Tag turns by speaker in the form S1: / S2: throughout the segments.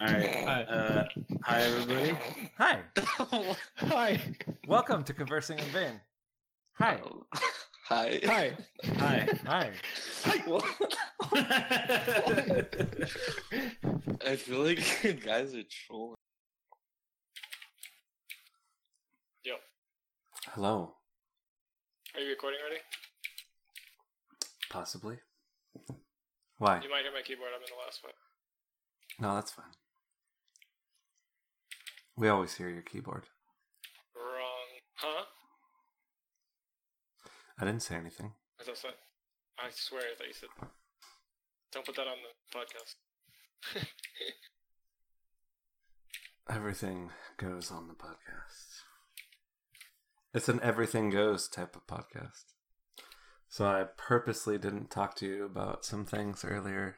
S1: All right. Uh, hi, everybody. Hi.
S2: Hi.
S1: Welcome to Conversing in Vain. Hi.
S3: Hi.
S2: Hi.
S1: Hi. Hi.
S3: What? I feel like you guys are trolling.
S1: Hello.
S4: Are you recording already?
S1: Possibly. Why?
S4: You might hear my keyboard. I'm in the last one.
S1: No, that's fine. We always hear your keyboard.
S4: Wrong. Huh?
S1: I didn't say anything.
S4: I thought so- I swear I thought you said. Don't put that on the podcast.
S1: Everything goes on the podcast. It's an everything goes type of podcast. So I purposely didn't talk to you about some things earlier.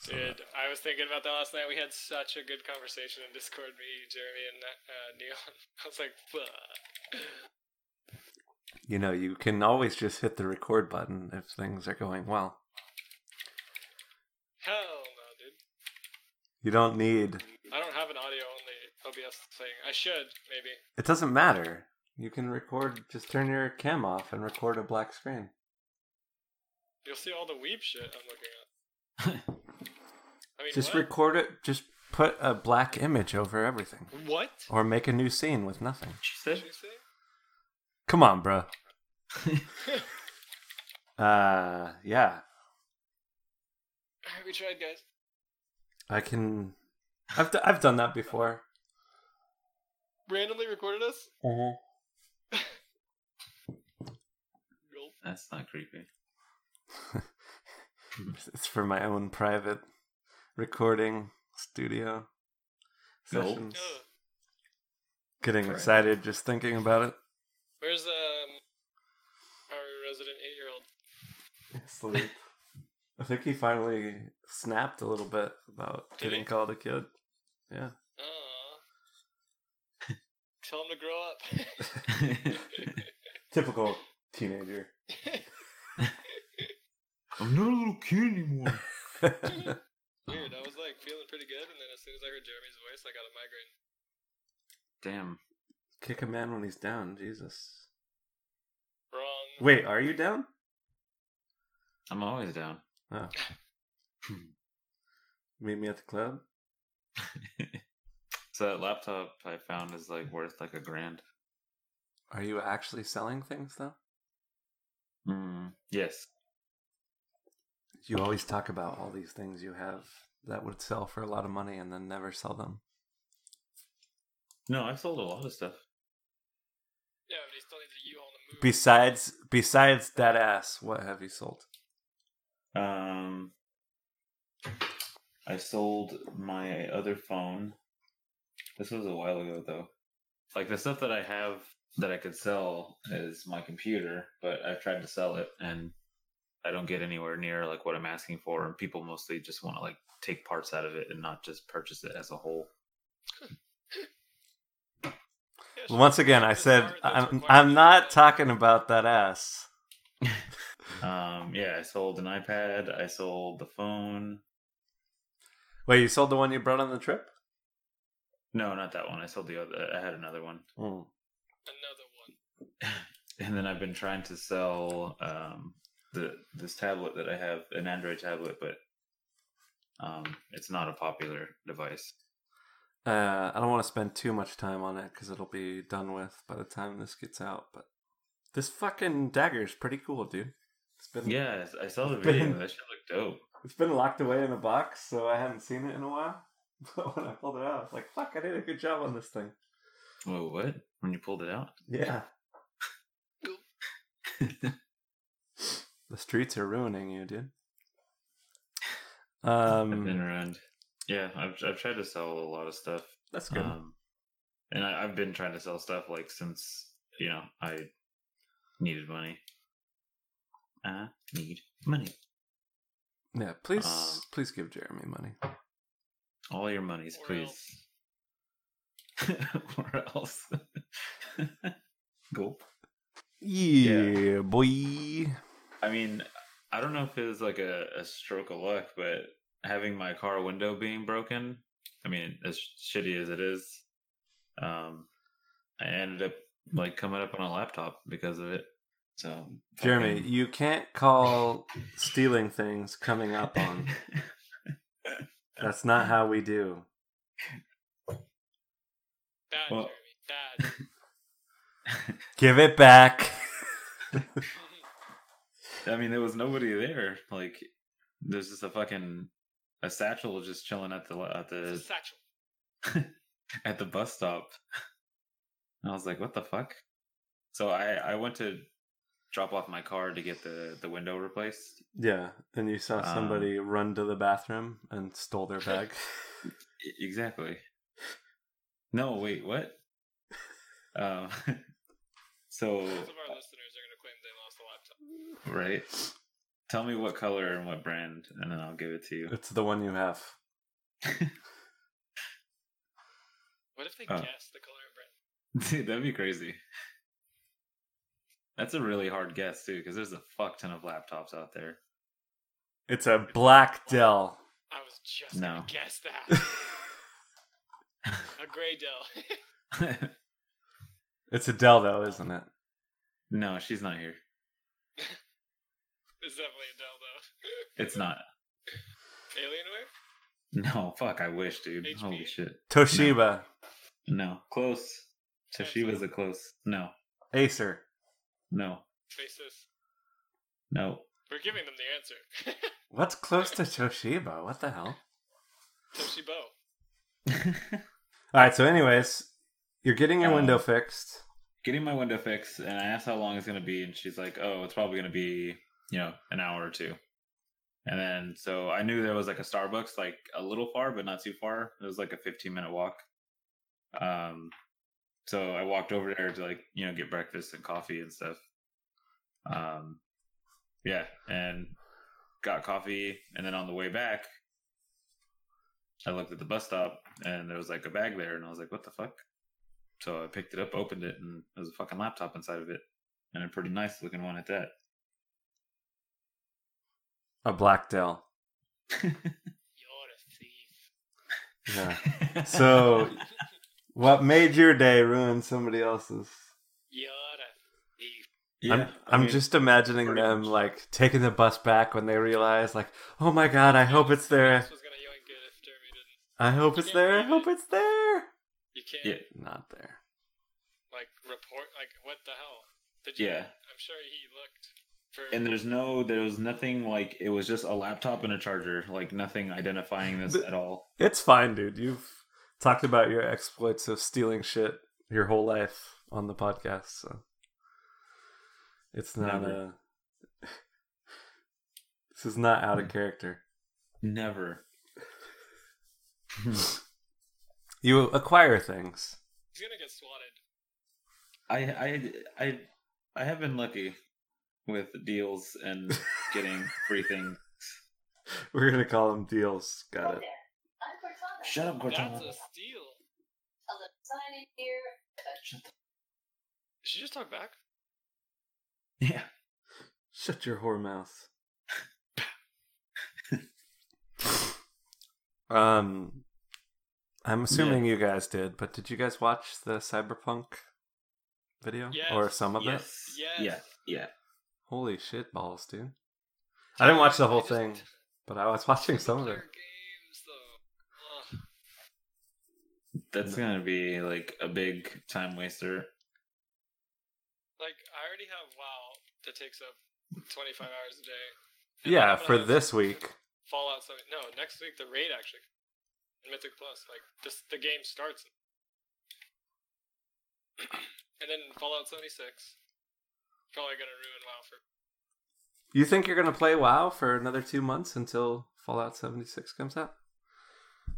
S1: so that-
S4: Dude, I was thinking about that last night. We had such a good conversation in Discord, me, Jeremy, and uh, Neil. I was like, fuck.
S1: you know, you can always just hit the record button if things are going well.
S4: Hell no, dude.
S1: You don't need.
S4: I don't have an audio only OBS thing. I should, maybe.
S1: It doesn't matter. You can record. Just turn your cam off and record a black screen.
S4: You'll see all the weeb shit I'm looking at. I mean,
S1: Just
S4: what?
S1: record it. Just put a black image over everything,
S4: what?
S1: or make a new scene with nothing.
S4: Did you say?
S1: Come on, bro. uh, yeah.
S4: Alright, we tried, guys.
S1: I can. I've d- I've done that before.
S4: Randomly recorded us? Nope.
S3: That's not creepy.
S1: It's for my own private recording studio
S3: Nope.
S1: sessions.
S4: Ugh.
S1: Getting
S3: Correct.
S1: excited just thinking about it.
S4: Where's um our resident eight year old?
S1: Sleep. I think he finally snapped a little bit about
S4: Did
S1: getting
S4: he?
S1: called a kid. Yeah.
S4: Aw. Tell him to grow up.
S1: Typical teenager.
S3: I'm not a little kid anymore.
S4: Weird. I was like feeling pretty good, and then as soon as I heard Jeremy's voice, I got a migraine.
S3: Damn.
S1: Kick a man when he's down, Jesus.
S4: Wrong.
S1: Wait, are you down?
S3: I'm always down.
S1: Oh. Meet me at the club?
S3: So that laptop I found is like worth like a grand.
S1: Are you actually selling things though?
S3: Mm, yes.
S1: You always talk about all these things you have that would sell for a lot of money and then never sell them.
S3: No, I sold a lot of stuff.
S4: Yeah, but he still needs a U on the move.
S1: Besides besides that ass, what have you sold?
S3: Um, I sold my other phone. This was a while ago, though. Like the stuff that I have that I could sell is my computer, but I've tried to sell it and I don't get anywhere near like what I'm asking for. And people mostly just want to like take parts out of it and not just purchase it as a whole.
S4: Yeah, sure.
S1: Once again, I
S4: That's
S1: said
S4: required- that's
S1: I'm
S4: required
S1: I'm
S4: to
S1: not
S4: do that.
S1: talking about that ass.
S3: Um, yeah, I sold an iPad. I sold the phone.
S1: Wait, you sold the one you brought on the trip?
S3: No, not that one. I sold the other. I had another one.
S1: Hmm.
S4: Another one.
S3: and then I've been trying to sell um, the this tablet that I have, an Android tablet, but um, it's not a popular device.
S1: Uh, I don't want to spend too much time on it because it'll be done with by the time this gets out. But this fucking dagger is pretty cool, dude. It's been
S3: Yeah, I I saw the video.
S1: Bam.
S3: That shit looked dope.
S1: it's been locked away in a box, so I haven't seen it in a while. But when I pulled it out, I was like, "Fuck! I did a good job on this thing."
S3: Whoa, what? When you pulled it out?
S1: Yeah. the streets are ruining you, dude.
S3: I've been
S1: Um,
S3: around. Yeah, I've I've tried to sell a lot of stuff,
S1: that's good.
S3: um, and I, I've been trying to sell stuff like since you know I needed money. I need money.
S1: yeah, please,
S3: um,
S1: please give Jeremy money.
S3: All your monies,
S4: Or
S3: please. or else. Gulp.
S1: Yeah, boy.
S3: I mean, I don't know if it was like a, a stroke of luck, but having my car window being broken I mean, as shitty as it is, um, I ended up like coming up on a laptop because of it. So
S1: Jeremy,
S3: fucking-
S1: you can't call stealing things coming up on. That's not how we do.
S4: Bad,
S3: Well-
S4: Jeremy. Bad.
S1: Give it back.
S3: I mean, there was nobody there. Like, there's just a fucking a satchel just chilling at the at
S4: It's a
S3: the
S4: satchel.
S3: at the bus stop. And I was like, what the fuck? So I I went to drop off my car to get the the window replaced.
S1: Yeah, and you saw somebody run to the bathroom and stole their bag.
S3: E- Exactly. No, wait, what? Um, so
S4: Some of our listeners are going to claim they lost the laptop.
S3: right, tell me what color and what brand, and then I'll give it to you.
S1: it's the one you have.
S4: What if they
S3: Oh.
S4: guessed the color of brand?
S3: Dude, that'd be crazy. That's a really hard guess too, because there's a fuck ton of laptops out there.
S1: It's a black Dell.
S4: I was just
S3: No.
S4: going to guess that. a gray Dell.
S1: It's a Dell though, isn't it?
S3: no, she's not here.
S4: it's definitely a Dell, though.
S3: It's not.
S4: Alienware?
S3: No, fuck. I wish, dude.
S4: HP.
S3: Holy shit.
S1: Toshiba,
S3: No, close. Toshiba's a close. No,
S1: Acer.
S3: no,
S4: Faces.
S3: no.
S4: We're giving them the answer.
S1: What's close to Toshiba? What the hell?
S4: Toshibo.
S1: All right, so anyways, you're getting your
S3: Um,
S1: window fixed.
S3: Getting my window fixed, and I asked how long it's gonna be, and she's like, "Oh, it's probably gonna be, you know, an hour or two. And then so I knew there was like a Starbucks, like a little far, but not too far. It was like a 15 minute walk. Um, so I walked over there to like you know get breakfast and coffee and stuff. Um, yeah, and got coffee, and then on the way back, I looked at the bus stop, and there was like a bag there, and I was like, "What the fuck?" So I picked it up, opened it, and there was a fucking laptop inside of it, and a pretty nice looking one at that.
S1: A black Dell.
S4: You're a thief.
S1: Yeah. So, what made your day ruin somebody else's?
S4: You're a thief.
S1: I'm, I'm
S3: mean,
S1: just imagining
S3: pretty
S1: them
S3: much.
S1: like taking the bus back when they realize, like, oh my god, I hope it's there.
S4: This was going to yoink it if Jeremy didn't.
S1: I hope it's there. I hope it's there.
S4: You can't,
S3: Yeah.
S1: Not there.
S4: like, report. Like, what the hell? Did you?
S3: yeah.
S4: I'm sure he looked for.
S3: And there's no, there was nothing like it was just a laptop and a charger, like nothing identifying this
S1: But-
S3: at all.
S1: It's fine, dude. You've talked about your exploits of stealing shit your whole life on the podcast, so it's not
S3: Never.
S1: a. this is not out of character.
S3: Never.
S1: You acquire things.
S4: He's going to get swatted.
S3: I, I, I, I have been lucky with deals and getting free things.
S1: We're gonna call them deals. Got it.
S3: Shut up,
S4: That's
S3: Cortana.
S4: a steal.
S2: A little sign in here.
S4: Did she just talk back?
S3: Yeah.
S1: Shut your whore mouth. um, I'm assuming you guys did, but did you guys watch the cyberpunk video or
S4: Yes.
S1: some of it?
S3: Yes.
S4: Yes.
S3: Yeah. Yeah.
S1: Holy shit balls, dude! I didn't watch the whole thing, but I was watching some of it.
S4: Multiplayer Games, though. Ugh.
S3: That's gonna be like a big time waster.
S4: Like, I already have WoW that takes up 25 hours a day. And
S1: Yeah,
S4: I'm gonna
S1: for
S4: have
S1: this week.
S4: Fallout 7. No, next week, the raid actually. in Mythic Plus. Like, this, the game starts. and then Fallout 76. Probably gonna ruin WoW for.
S1: You think you're gonna play WoW for another two months until Fallout 76 comes out?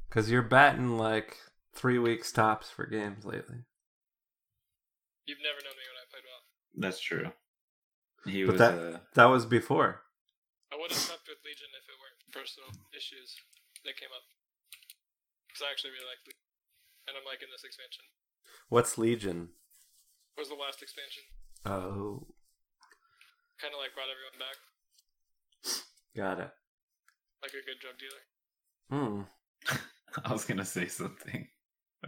S1: Because you're batting like three week stops for games lately.
S4: You've never known me when I played WoW.
S3: That's true. He
S1: But
S3: was.
S1: that-
S3: uh,
S1: That was before.
S4: I would have slept with Legion if it weren't personal issues that came up. Because I actually really like Legion. And I'm liking this expansion.
S1: What's Legion?
S4: It was the last expansion.
S1: Oh,
S4: Kind of like brought everyone back.
S1: got it.
S4: Like a good drug dealer.
S1: Hmm.
S3: I was gonna say something.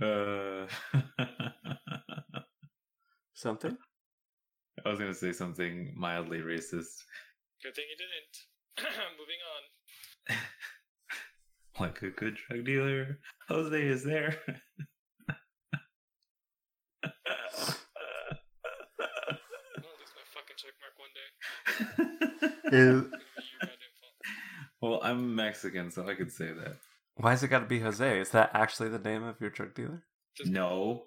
S3: Uh, I
S1: Something?
S3: was gonna say something mildly racist,
S4: Good thing you didn't. Moving on.
S3: like a good drug dealer. Jose is there.
S4: I'll lose my fucking check mark one day.
S1: Is,
S4: It's gonna be your goddamn fault.
S3: well, I'm Mexican, so I could say that.
S1: why's it got to be Jose? Is that actually the name of your drug dealer?
S4: Just-
S3: No.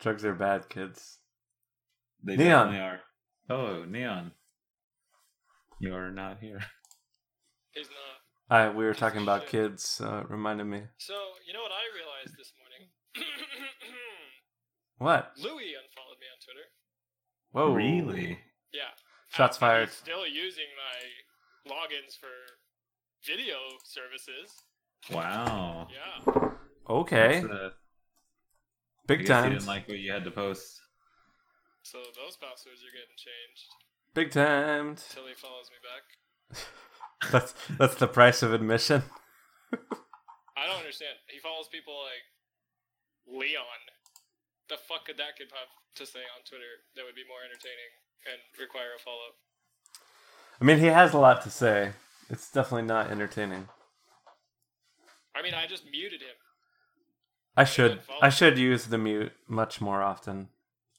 S1: Drugs are bad, kids.
S3: They
S1: Neon.
S3: definitely are. Oh, Neon. You're not here.
S4: He's not.
S1: I, we were talking about kids, so it reminded me.
S4: So you know what I realized this morning?
S1: What?
S4: Louis unfollowed me on Twitter.
S1: Whoa.
S3: Really?
S4: Yeah.
S1: Shots
S4: After
S1: fired.
S4: he's Still using my logins for video services.
S3: Wow.
S4: Yeah.
S1: Okay.
S3: That's, uh, I
S1: Big
S3: guess
S1: time.
S3: You didn't like what you had to post.
S4: So those passwords are getting changed
S1: Big timed.
S4: until he follows me back.
S1: That's that's the price of admission.
S4: I don't understand. He follows people like Leon. The fuck could that kid have to say on Twitter that would be more entertaining and require a follow?
S1: I mean, he has a lot to say. It's definitely not entertaining.
S4: I mean, I just muted him.
S1: I should I should use the mute much more often.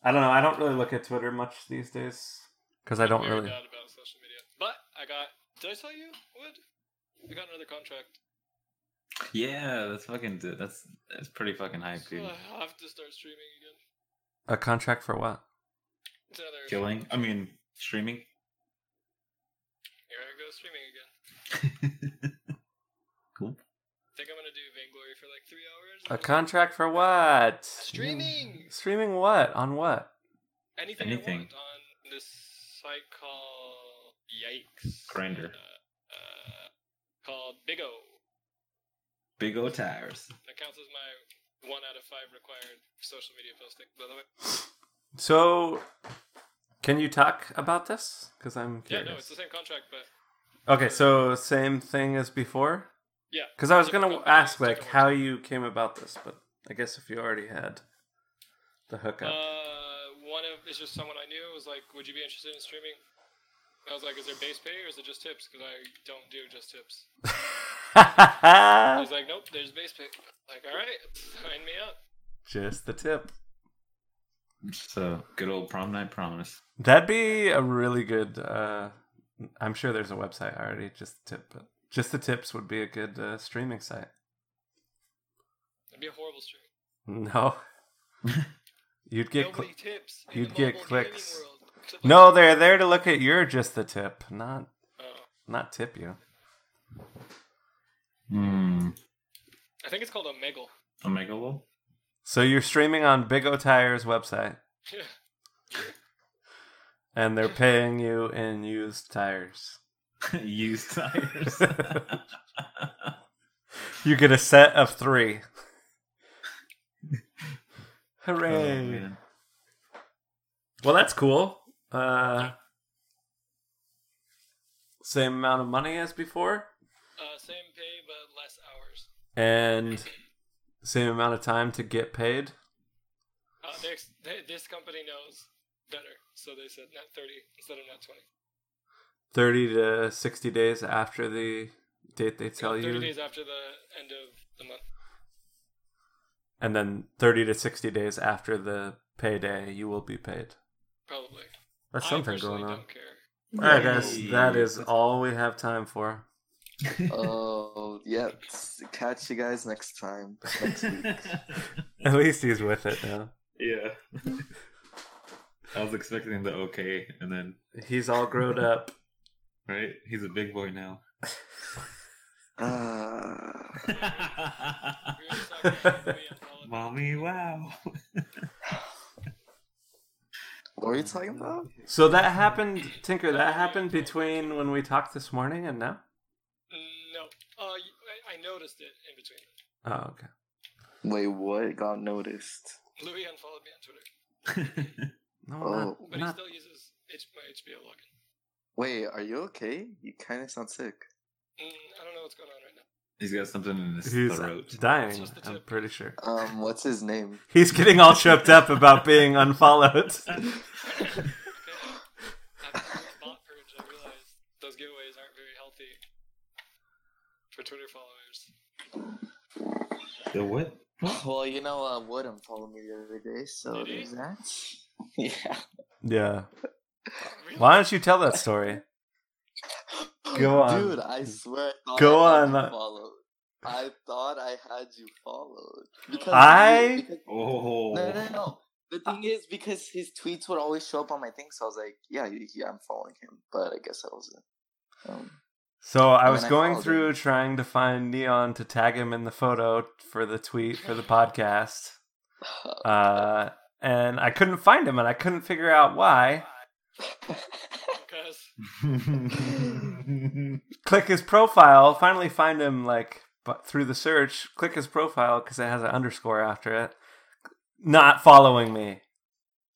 S1: I don't know. I don't really look at Twitter much these days because I don't
S4: Very
S1: really.
S4: bad about social media. But I got. Did I tell you? Wood? I got another contract.
S3: Yeah, that's fucking. That's that's pretty fucking hype,
S4: So
S3: dude.
S4: I'll have to start streaming again.
S1: A contract for what?
S4: It's another.
S3: Killing. I mean, streaming.
S4: Here I go streaming again.
S3: cool.
S4: think I'm gonna do Vainglory for like three hours.
S1: A contract for what?
S4: Streaming!
S1: Streaming what? On what?
S4: anything,
S3: Anything.
S4: I want on this site called Yikes
S3: Grindr.
S4: uh, uh, called Big O.
S3: Big O tires.
S4: That counts as my one out of five required social media posting. By the way,
S1: So, can you talk about this? Because I'm
S4: yeah,
S1: curious.
S4: no, it's the same contract, but
S1: Okay, so same thing as before.
S4: Yeah.
S1: Because I was
S4: Different
S1: gonna
S4: company,
S1: ask like
S4: different
S1: how you came about this, but I guess if you already had the hookup,
S4: uh, one of it's just someone I knew was like, "Would you be interested in streaming?" I was like, "Is there base pay or is it just tips?" Because I don't do just tips. I was like, "Nope, there's base pay." Like, all right, sign me up.
S1: just the tip.
S3: So good old prom night promise.
S1: That'd be a really good. Uh, I'm sure there's a website already. Just the tip, but just the tips would be a good uh, streaming site.
S4: It'd be a horrible stream.
S1: No, you'd get.
S4: Nobody
S1: Cl-
S4: tips. in
S1: you'd
S4: the
S1: get
S4: mobile gaming
S1: clicks.
S4: world.
S1: no, they're there to look at your just the tip, not
S4: Oh.
S1: not tip you.
S3: Hmm.
S4: I think it's called a megal.
S3: Omega Lol.
S1: So you're streaming on Big O Tires website. and they're paying you in used tires.
S3: Used tires. Oh,
S1: You get a set of three.
S3: Oh,
S1: Hooray!
S3: man.
S1: well, that's cool. Uh, same amount of money as before,
S4: Uh, same pay but less hours.
S1: and same amount of time to get paid.
S4: Uh, they, ex- they, this company knows better, so they said not 30 instead of not 20.
S1: Thirty to sixty days after the date they tell
S4: 30
S1: you,
S4: days after the end of the month.
S1: and then thirty to sixty days after the payday, you will be paid.
S4: Probably.
S1: That's something
S4: I personally
S1: going on.
S4: don't care.
S1: All right, guys,
S3: Yay.
S1: that is all we have time for.
S5: Oh, yep. S- Catch you guys next time. Next week.
S1: At least he's with it now.
S3: yeah. I was expecting the okay, and then
S1: He's all grown up.
S3: right, he's a big boy now.
S5: Ah.
S4: We were just talking about Louis and Paula.
S3: Mommy, wow.
S5: what were you talking about?
S1: So that happened, Tinker. That happened between when we talked this morning and now.
S4: No. Uh, y- I- I noticed it in between.
S1: Oh, okay.
S5: Wait, what got noticed?
S4: Louis unfollowed me on Twitter,
S1: No,
S5: Oh,
S4: but
S1: not,
S4: he still uses H- my HBO login.
S5: wait, are you okay? You kind of sound sick.
S4: Mm, I don't know what's going on right now.
S3: He's got something in his
S1: He's uh,
S3: throat.
S1: dying,
S4: Just the
S1: I'm
S4: tip.
S1: pretty sure.
S5: Um, what's his name?
S1: He's getting all choked up about being unfollowed.
S4: After doing bot purge, I realized those giveaways aren't very healthy for Twitter followers.
S3: The what?
S5: Well, you know, uh, Woodham followed me the other day, so
S4: Did he?
S5: there's that. Yeah.
S1: Yeah.
S4: Really?
S1: Why don't you tell that story? Go on.
S5: Dude, I swear. I thought
S1: Go
S5: I had
S1: on.
S5: You followed. I thought I had you followed. Because
S1: I-
S5: because-
S3: Oh.
S5: No, no, no. The
S3: Uh,
S5: thing is, because his tweets would always show up on my thing, so I was like, yeah, you- yeah I'm following him, but I guess I wasn't. Um,
S1: So I
S5: I
S1: was
S5: mean, I
S1: going
S5: followed
S1: through
S5: him.
S1: trying to find Neon to tag him in the photo for the tweet for the podcast. Uh, and I couldn't find him and I couldn't figure out why.
S4: Because
S1: Click his profile, finally find him like but through the search, click his profile cuz it has an underscore after it. Not following me.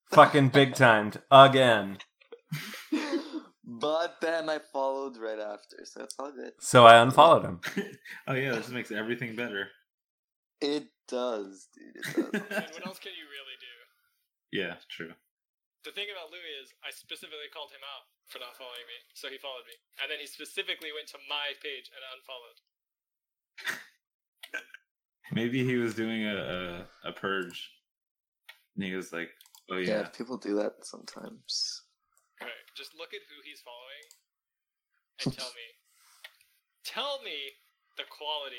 S1: Fucking big timed again.
S5: but then I followed right after, so it's all good.
S1: So I unfollowed him.
S3: oh yeah, this makes everything better.
S5: It does, dude. It does.
S4: I mean, what else can you really do?
S3: yeah, true.
S4: The thing about Louis is, I specifically called him out for not following me, so he followed me, and then he specifically went to my page and unfollowed.
S3: Maybe he was doing a, a a purge, and he was like, "Oh
S5: yeah.
S3: yeah,
S5: people do that sometimes.
S4: Right. Just look at who he's following, and tell me. tell me the quality.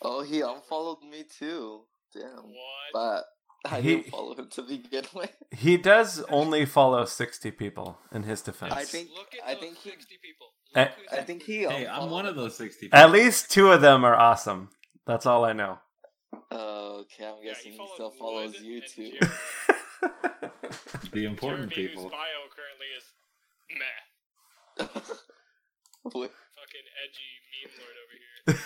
S5: Oh, he unfollowed me too. Damn.
S4: What?
S5: But I
S1: He-
S5: didn't follow him to begin with.
S1: He does only follow 60 people in his defense.
S5: I think-
S4: Look at
S5: I
S4: those
S5: think he-
S4: sixty people.
S1: I-
S4: Look who's
S5: I
S4: in-
S5: think he.
S3: hey, I'm
S5: unfollowed-
S3: one of those sixty.
S1: At least two of them are awesome. That's all I know.
S5: Oh, okay, I'm
S4: Yeah,
S5: guessing he,
S4: followed
S5: still
S4: Wood
S5: follows you
S4: and
S5: too.
S4: Jeremy.
S3: the important
S4: Jeremy,
S3: people.
S4: Whose bio currently is meh.
S5: Wait,
S4: Fucking edgy meme lord over here.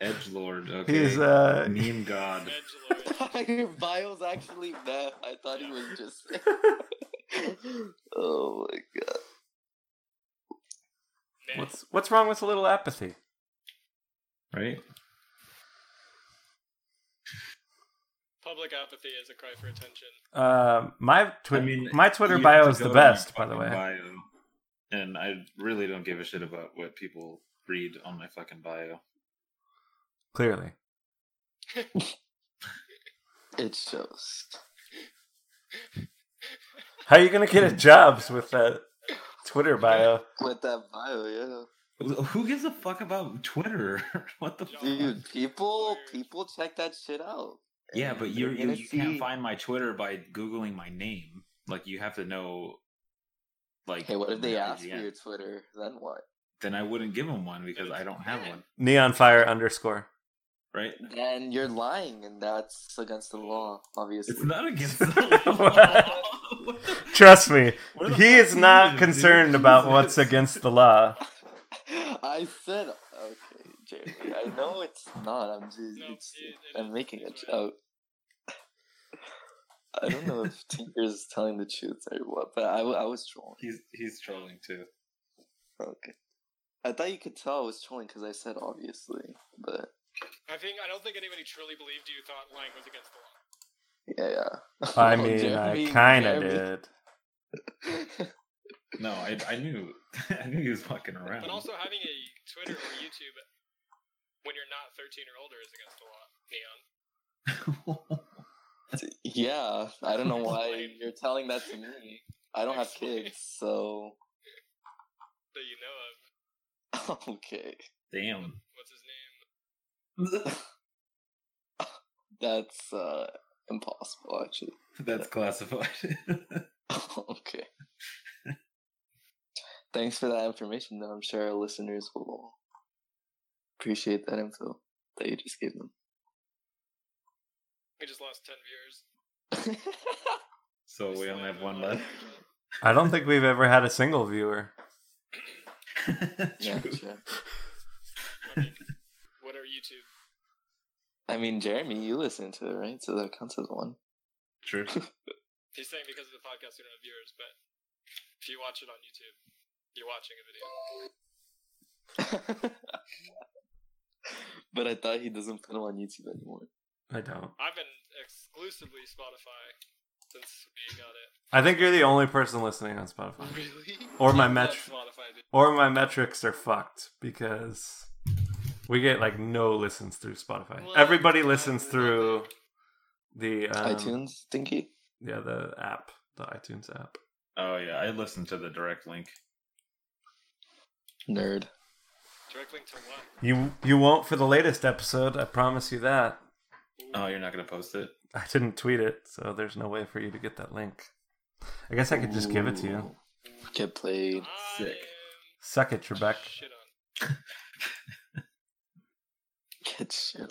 S3: Edge Lord. Okay.
S1: He's uh
S3: meme god.
S4: Edge lord.
S5: Your bio's actually meth. I thought he was just. oh my god.
S4: Meh.
S1: what's what's wrong with a little apathy?
S3: Right.
S4: Public apathy is a cry for attention.
S1: Uh, my twi-
S3: I mean,
S1: my Twitter
S3: You
S1: bio
S3: have
S1: is
S3: to
S1: the
S3: go to your
S1: best, by the
S3: fucking
S1: way.
S3: bio, and I really don't give a shit about what people read on my fucking bio.
S1: Clearly,
S5: It shows.
S1: how are you gonna
S3: Hmm.
S1: get a jobs with that Twitter bio?
S5: With that bio, yeah.
S3: Who gives a fuck about Twitter? what the
S4: John.
S3: fuck?
S5: Dude, people people check that shit out.
S3: Yeah, but you're,
S5: They're
S3: you
S5: gonna
S3: you can't
S5: see-
S3: find my Twitter by googling my name. Like you have to know. Like,
S5: Hey, what if they
S3: my
S5: ask for
S3: IGN.
S5: your Twitter? Then what?
S3: Then I wouldn't give them one because I don't have one.
S1: Neon fire underscore.
S3: Right?
S5: Then you're lying, and that's against the law, obviously.
S3: It's not against the law.
S1: What?
S3: What the-
S1: Trust me,
S3: where the
S1: he
S3: fuck
S1: is not
S3: dude?
S1: concerned about
S3: Jesus.
S1: what's against the law.
S5: I said okay, Jeremy. I know it's not. I'm just
S4: No,
S5: it's,
S4: it- it
S5: I'm
S4: is-
S5: making a
S4: it's right.
S5: joke. I don't know if Tinker's is telling the truth or what, but I, wa- I was trolling.
S3: He's he's trolling too.
S5: Okay, I thought you could tell I was trolling because I said obviously, but
S4: I think I don't think anybody truly believed you thought lying was against the law.
S5: yeah, yeah.
S1: I
S5: Oh,
S1: mean,
S5: Jeremy,
S1: I kind of
S5: Jeremy.
S1: did.
S3: No, I I knew I knew he was fucking around.
S4: But also having a Twitter or YouTube when you're not 13 or older is against the law. Neon.
S5: yeah, I don't know why
S4: Explain.
S5: you're telling that to me. I don't have
S4: Explain.
S5: kids, so
S4: That you know of.
S5: okay.
S3: Damn.
S4: What's his name?
S5: That's uh impossible, actually.
S3: That's classified.
S5: okay. Thanks for that information, though. I'm sure our listeners will appreciate that info that you just gave them.
S4: We just lost 10 viewers.
S3: so Oh, we only have one left.
S1: I don't think we've ever had a single viewer.
S5: yeah,
S3: True.
S5: sure.
S4: I mean, what are YouTube?
S5: I mean, Jeremy, you listen to it, right? So that counts as one.
S3: True.
S4: He's saying because of the podcast we don't have viewers, but if you watch it on YouTube, you're watching a video.
S5: but I thought he doesn't put them on YouTube anymore.
S1: I don't.
S4: I've been exclusively Spotify since we got it.
S1: I think you're the only person listening on Spotify.
S4: Really?
S1: Or my
S4: I love
S1: metr-
S4: Spotify, dude.
S1: Or my metrics are fucked because we get like no listens through Spotify.
S4: Well,
S1: Everybody
S4: yeah,
S1: listens
S4: we-
S1: through the um,
S5: iTunes, Thinky.
S1: Yeah, the app, the iTunes app.
S3: Oh yeah, I listened to the direct link.
S5: Nerd.
S4: Direct link to what?
S1: You you won't for the latest episode. I promise you that.
S3: Oh, you're not gonna post it.
S1: I didn't tweet it, so there's no way for you to get that link. I guess I could just give it to you.
S5: Get played.
S3: Sick.
S4: I
S1: Suck it,
S4: am
S1: Trebek.
S4: Shit on.
S5: Get shit.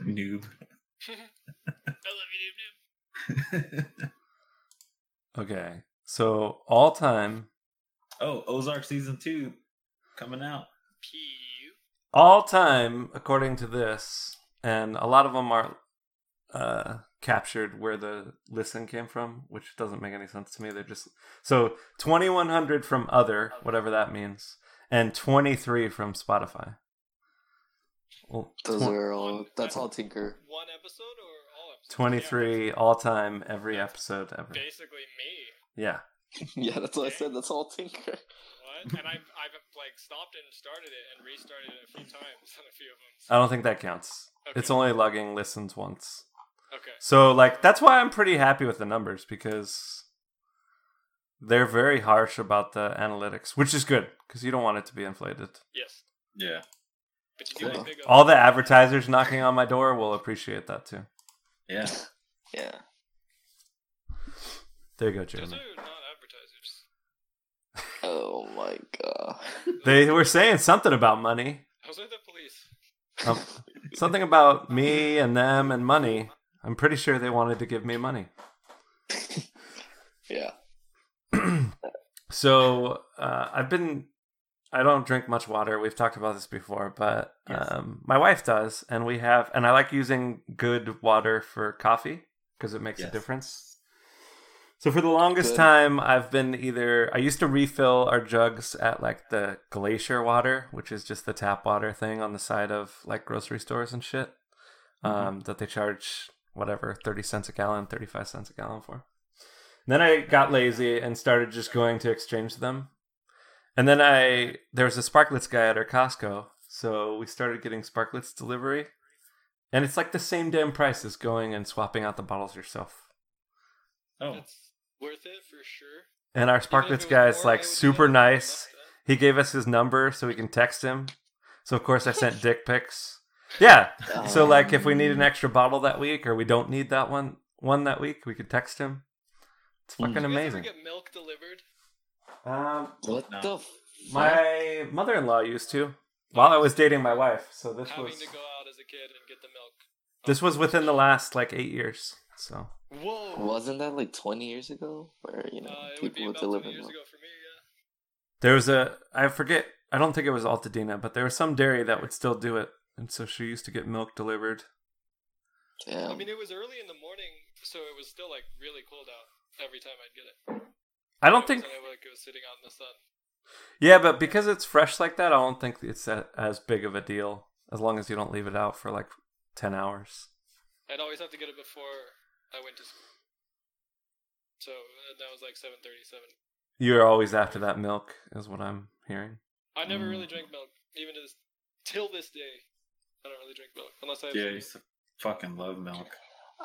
S5: on.
S3: Noob.
S4: I love you, dude.
S1: Okay, so all time,
S3: oh, Ozark season two coming out.
S4: Pew.
S1: all time, according to this, and a lot of them are uh, captured where the listen came from, which doesn't make any sense to me. They're just so 2100 from other, whatever that means, and 23 from Spotify. Well,
S5: Those
S1: twen-
S5: are all. That's all Tinker.
S4: One episode or all episodes?
S1: 23 all time every episode ever.
S4: Yeah, basically me.
S1: Yeah.
S5: yeah, that's what I said. That's all Tinker.
S4: What? And I've, I've like stopped and started it and restarted it a few times on a few of them.
S1: I don't think that counts.
S4: Okay.
S1: Oh, It's only logging listens once.
S4: okay.
S1: So like that's why I'm pretty happy with the numbers because they're very harsh about the analytics, which is good because you don't want it to be inflated.
S4: Yes.
S3: Yeah.
S4: But you do
S5: Cool.
S4: like big
S1: All the advertisers knocking on my door will appreciate that too.
S3: Yeah.
S5: Yeah.
S1: There you go,
S4: Those
S1: Jeremy.
S4: are not advertisers.
S5: Oh my god.
S1: They were saying something about money,
S4: Those are the police.
S1: Um, something about me and them and money. I'm pretty sure they wanted to give me money.
S5: Yeah.
S1: So uh, I've been. I don't drink much water. We've talked about this before, but
S3: Yes.
S1: um, my wife does, and we have, and I like using good water for coffee because it makes a
S3: Yes.
S1: difference. So for the longest
S5: Good.
S1: time, I've been either I used to refill our jugs at like the glacier water, which is just the tap water thing on the side of like grocery stores and shit, um, that they charge whatever thirty cents a gallon, thirty five cents a gallon for. Then I got lazy and started just going to exchange them. And then I there was a sparklets guy at our Costco, so we started getting sparklets delivery. And it's like the same damn price as going and swapping out the bottles yourself.
S3: Oh,
S4: That's worth it for sure.
S1: And our
S4: Even if
S1: sparklets
S4: it
S1: guy
S4: was
S1: is
S4: more,
S1: like
S4: I would
S1: super
S4: do it.
S1: nice. He gave us his number so we can text him. So of course I sent dick pics. Yeah. So
S5: Oh.
S1: like if we need an extra bottle that week or we don't need that one one that week, we could text him. It's
S5: Mm.
S1: fucking
S4: You guys ever
S1: amazing.
S4: get milk delivered?
S1: Um,
S5: What
S3: No.
S5: the f-
S1: My mother in law used to while I was dating my wife. So this
S4: Having
S1: was
S4: to go out as a kid and get the milk.
S1: this was within the last like eight years. So
S4: Whoa.
S5: Wasn't that like 20 years ago? Where, you know,
S4: Uh, it would be
S5: people would
S4: about
S5: deliver
S4: 20 years
S5: milk.
S4: ago for me, yeah.
S1: there was a I forget I don't think it was Altadena, but there was some dairy that would still do it, and so she used to get milk delivered.
S5: Damn.
S4: I mean, it was early in the morning, so it was still like really cold out every time I'd get it.
S1: I don't
S4: It
S1: think
S4: wasn't like it was sitting out in the sun.
S1: yeah, but because it's fresh like that, I don't think it's a, as big of a deal as long as you don't leave it out for like ten hours.
S4: I'd always have to get it before I went to school. So uh, that was like 7:37.
S1: You're always after that milk, is what I'm hearing.
S4: I never
S5: Mm.
S4: really drank milk, even to this, till this day. I don't really drink milk unless I.
S3: yeah, I used to fucking love milk.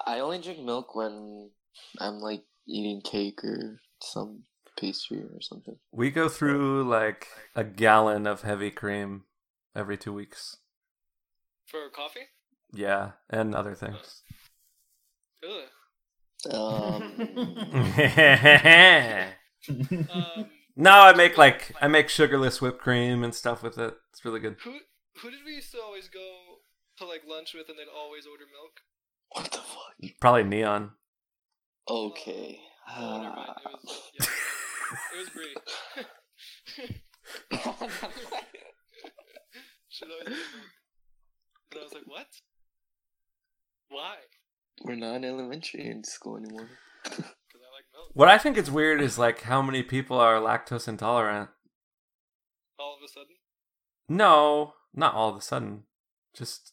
S5: I only drink milk when I'm like eating cake or some pastry or something.
S1: We go through like a gallon of heavy cream every two weeks.
S4: for coffee.
S1: Yeah, and other things.
S4: Ugh.
S5: Um,
S1: now
S4: Um,
S1: I make like I make sugarless whipped cream and stuff with it. It's really good.
S4: who who did we used to always go to like lunch with, and they'd always order milk?
S5: what the fuck?
S1: Probably neon.
S5: Okay.
S4: Oh, never mind. It
S5: Ah.
S4: was, yeah, it was Brie. She'd always get milk, and I was like, what? Why?
S5: We're not in elementary in school anymore.
S4: Because I like milk.
S1: What I think is weird is like how many people are lactose intolerant.
S4: of a sudden?
S1: No, not all of a sudden. Just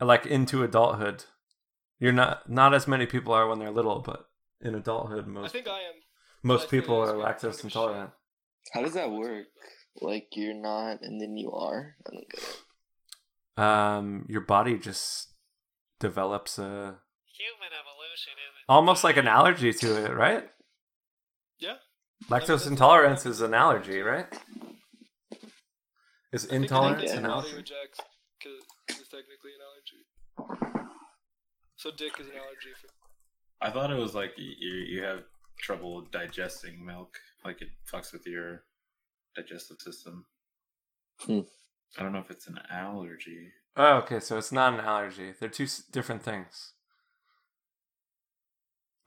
S1: like into adulthood. You're not not as many people are when they're little, but in adulthood
S4: I
S1: most
S4: think I am. I
S1: most
S4: think
S1: people
S4: it is,
S1: are
S4: but I don't
S1: lactose
S4: give a
S1: intolerant.
S5: How does that work? Like you're not, and then you are. I don't get it.
S1: Um your body just develops a
S4: Human evolution isn't.
S1: almost like an allergy to it, right?
S4: Yeah.
S1: Lactose intolerance is an allergy, right?
S4: I
S1: Is
S4: think
S1: intolerance
S4: it's
S5: an
S1: an
S4: body
S1: allergy?
S4: rejects 'cause it's technically an allergy. So dick is an allergy for
S3: I thought it was like you, you have trouble digesting milk, like it fucks with your digestive system.
S5: Hmm.
S3: I don't know if it's an allergy.
S1: Oh, okay, so it's not an allergy. They're two s- different things.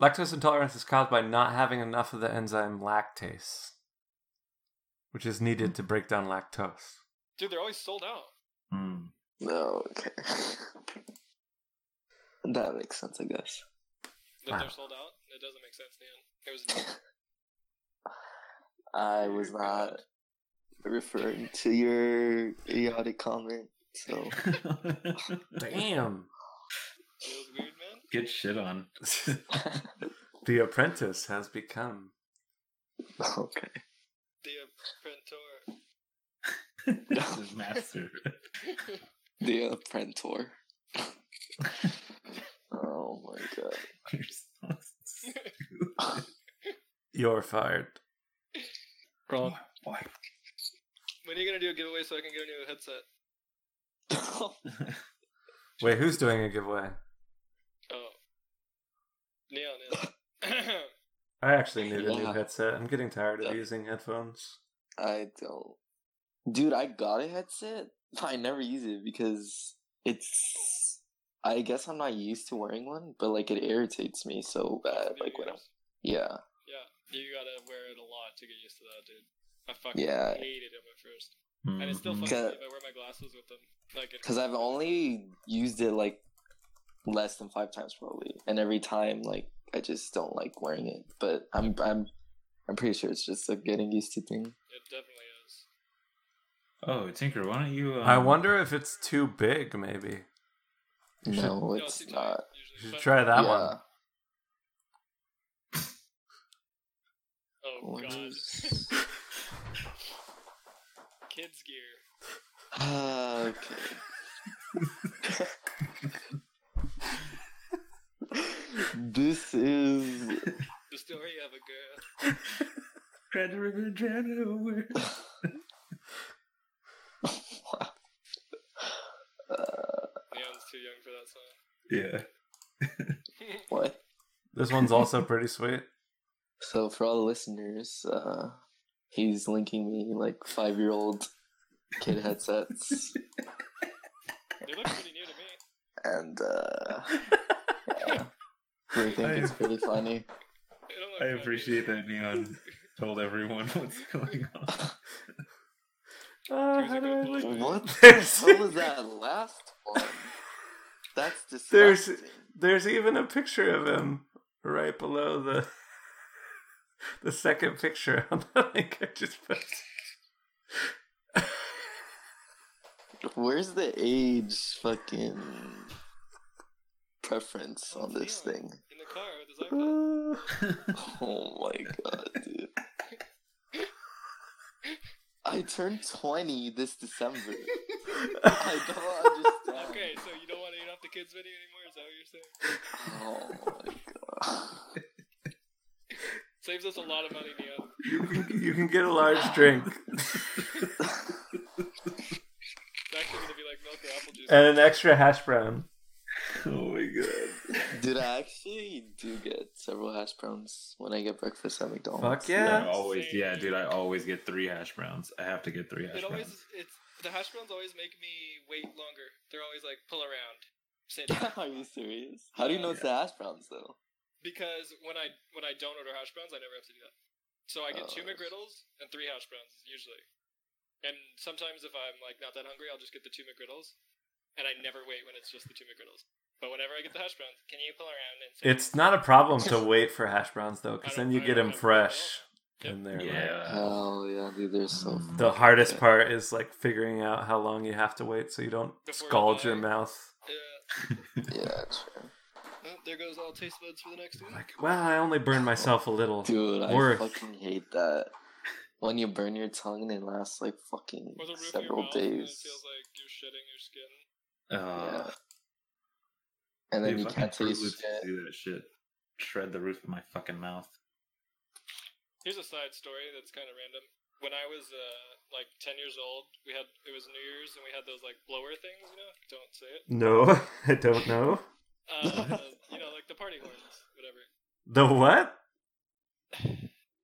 S1: Lactose intolerance is caused by not having enough of the enzyme lactase, which is needed to break down lactose.
S4: Dude, they're always sold out.
S3: Hmm.
S5: No, okay. that makes sense, I guess.
S4: If
S1: Wow.
S4: they're sold out, it doesn't make sense, Dan. It was
S5: I was not referring to your idiotic comment. So
S1: Damn!
S4: it was weird, man.
S3: Get shit on.
S1: the apprentice has become.
S5: okay.
S4: The apprentice.
S3: His master.
S5: The apprentice. oh my god.
S3: You're so stupid.
S1: You're fired.
S4: Wrong.
S3: Why?
S4: When are you gonna do a giveaway so I can get a new headset?
S1: Wait, who's doing a giveaway?
S4: Oh. Neon is.
S1: I actually need a new
S5: Yeah.
S1: headset. I'm getting tired of using headphones.
S5: I don't. Dude, I got a headset. I never use it because it's. I guess I'm not used to wearing one, but like it irritates me so bad. Like when I'm. Yeah.
S4: Yeah, you gotta wear it a lot to get used to that, dude. I fucking
S5: Yeah.
S4: hated them at first, and it's still
S3: Mhm.
S4: fucking
S5: Ca-
S4: if I wear my glasses with them. Like, it
S5: Because I've only used it like less than five times probably, and every time like I just don't like wearing it. But I'm I'm I'm pretty sure it's just a getting used to thing.
S4: it definitely is.
S3: Oh, Tinker, why don't you? Um,
S1: I wonder if it's too big, maybe. You should-
S5: No,
S4: No,
S5: it's
S4: too tight,
S5: not.
S4: usually,
S1: You should
S4: but-
S1: try that
S5: yeah.
S1: one.
S4: Oh
S5: What
S4: Oh, god,
S5: Oh, is-
S4: kids gear.
S5: Ah, okay. this is
S4: The story of a girl.
S3: Red River January.
S4: Neon's too young for that song.
S3: Yeah.
S5: what.
S1: This one's also pretty sweet.
S5: So for all the listeners, uh, he's linking me like five-year-old kid headsets,
S4: They look pretty new to me.
S5: and uh, yeah, we think it's pretty funny.
S4: They don't look
S3: I
S4: bad,
S3: appreciate
S4: dude.
S3: that Neon told everyone what's going on.
S1: Uh,
S4: Here's a good one.
S5: What the
S1: There's-
S5: hell was that last one? That's
S1: There's-
S5: disgusting.
S1: There's even a picture of him right below the the second picture on the link I just posted.
S5: Where's the age fucking preference on this thing?
S4: In the car with his iPod.
S1: Uh,
S5: Oh my god, dude. I turned 20 this December. I don't understand.
S4: Okay, so you don't want to eat off the kids' video anymore? Is that what you're saying?
S5: Oh my god.
S4: Saves us a lot of money, Neon.
S1: you, can, you can get a large drink
S4: It's actually gonna be like milk or apple juice.
S1: and an extra hash brown.
S3: Oh my god.
S5: Dude, I actually do get several hash browns when I get breakfast at McDonald's.
S1: Fuck yeah.
S3: I always, yeah, dude. I always get three hash browns. I have to get three hash
S4: It
S3: browns.
S4: always it's the hash browns always make me wait longer. They're always like pull around, sit down.
S5: Are you serious? How do you know it's the hash browns though?
S4: because when I when I don't order hash browns, I never have to do that. So I get two
S5: Oh.
S4: McGriddles and three hash browns usually. And sometimes if I'm like not that hungry, I'll just get the two McGriddles, and I never wait when it's just the two McGriddles. But whenever I get the hash browns, can you pull around and? sit
S1: It's
S4: down?
S1: not a problem to wait for hash browns though, because then you get them fresh.
S4: Yep.
S1: and they're like,
S3: Yeah.
S5: Hell yeah, Uh, dude, they're so.
S3: Mm.
S1: the hardest part is like figuring out how long you have to wait so you don't
S4: Before you
S1: scald
S4: die.
S1: your mouth.
S4: Yeah.
S5: Yeah, true.
S4: Oh, there goes all taste buds for the next week.
S1: Like, well, I only burned myself a little.
S5: Dude, I
S1: Worth.
S5: fucking hate that. When you burn your tongue and it lasts like fucking
S4: Or the roof of your
S5: several
S4: mouth and it
S5: days.
S4: feels like you're shedding your skin.
S5: yeah.
S3: Uh,
S5: And then
S3: dude,
S5: you
S3: fucking
S5: can't
S3: Fruit
S5: taste
S3: Loops
S5: shit.
S3: Do that shit. Shred the roof of my fucking mouth.
S4: Here's a side story that's kind of random. When I was uh, like 10 years old, we had it was New Year's and we had those like blower things, you know. Don't say it.
S1: No, I don't know.
S4: Uh, you know, like the party horns, whatever.
S1: The what?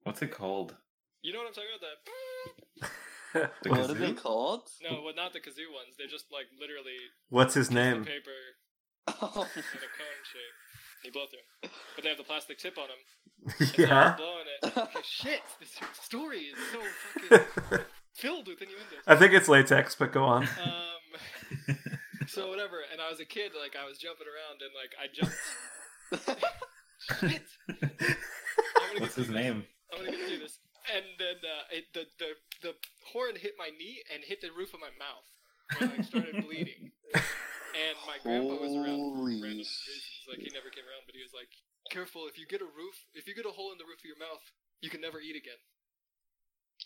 S3: What's it called?
S4: You know what I'm talking about? That.
S3: The
S5: What are they
S3: kazoo?
S5: called?
S4: No, well, not the kazoo ones. They just like literally
S1: What's his
S4: just
S1: name?
S4: the paper
S5: Oh,
S4: in a cone shape. You blow through 'em. but they have the plastic tip on them.
S1: Yeah.
S4: blowing it. Like, Shit, this story is so fucking
S1: I
S4: filled with innuendos.
S1: think it's latex, but go on.
S4: Um, so whatever. And I was a kid, like I was jumping around, and like I jumped. Shit. I'm gonna
S3: What's
S4: get
S3: his name?
S4: I'm gonna get through this. And then uh, it, the the the horn hit my knee and hit the roof of my mouth, and I started bleeding. And my grandpa was around for
S5: Holy
S4: random reasons, like he never came around, but he was like, "Careful! If you get a roof, if you get a hole in the roof of your mouth, you can never eat again."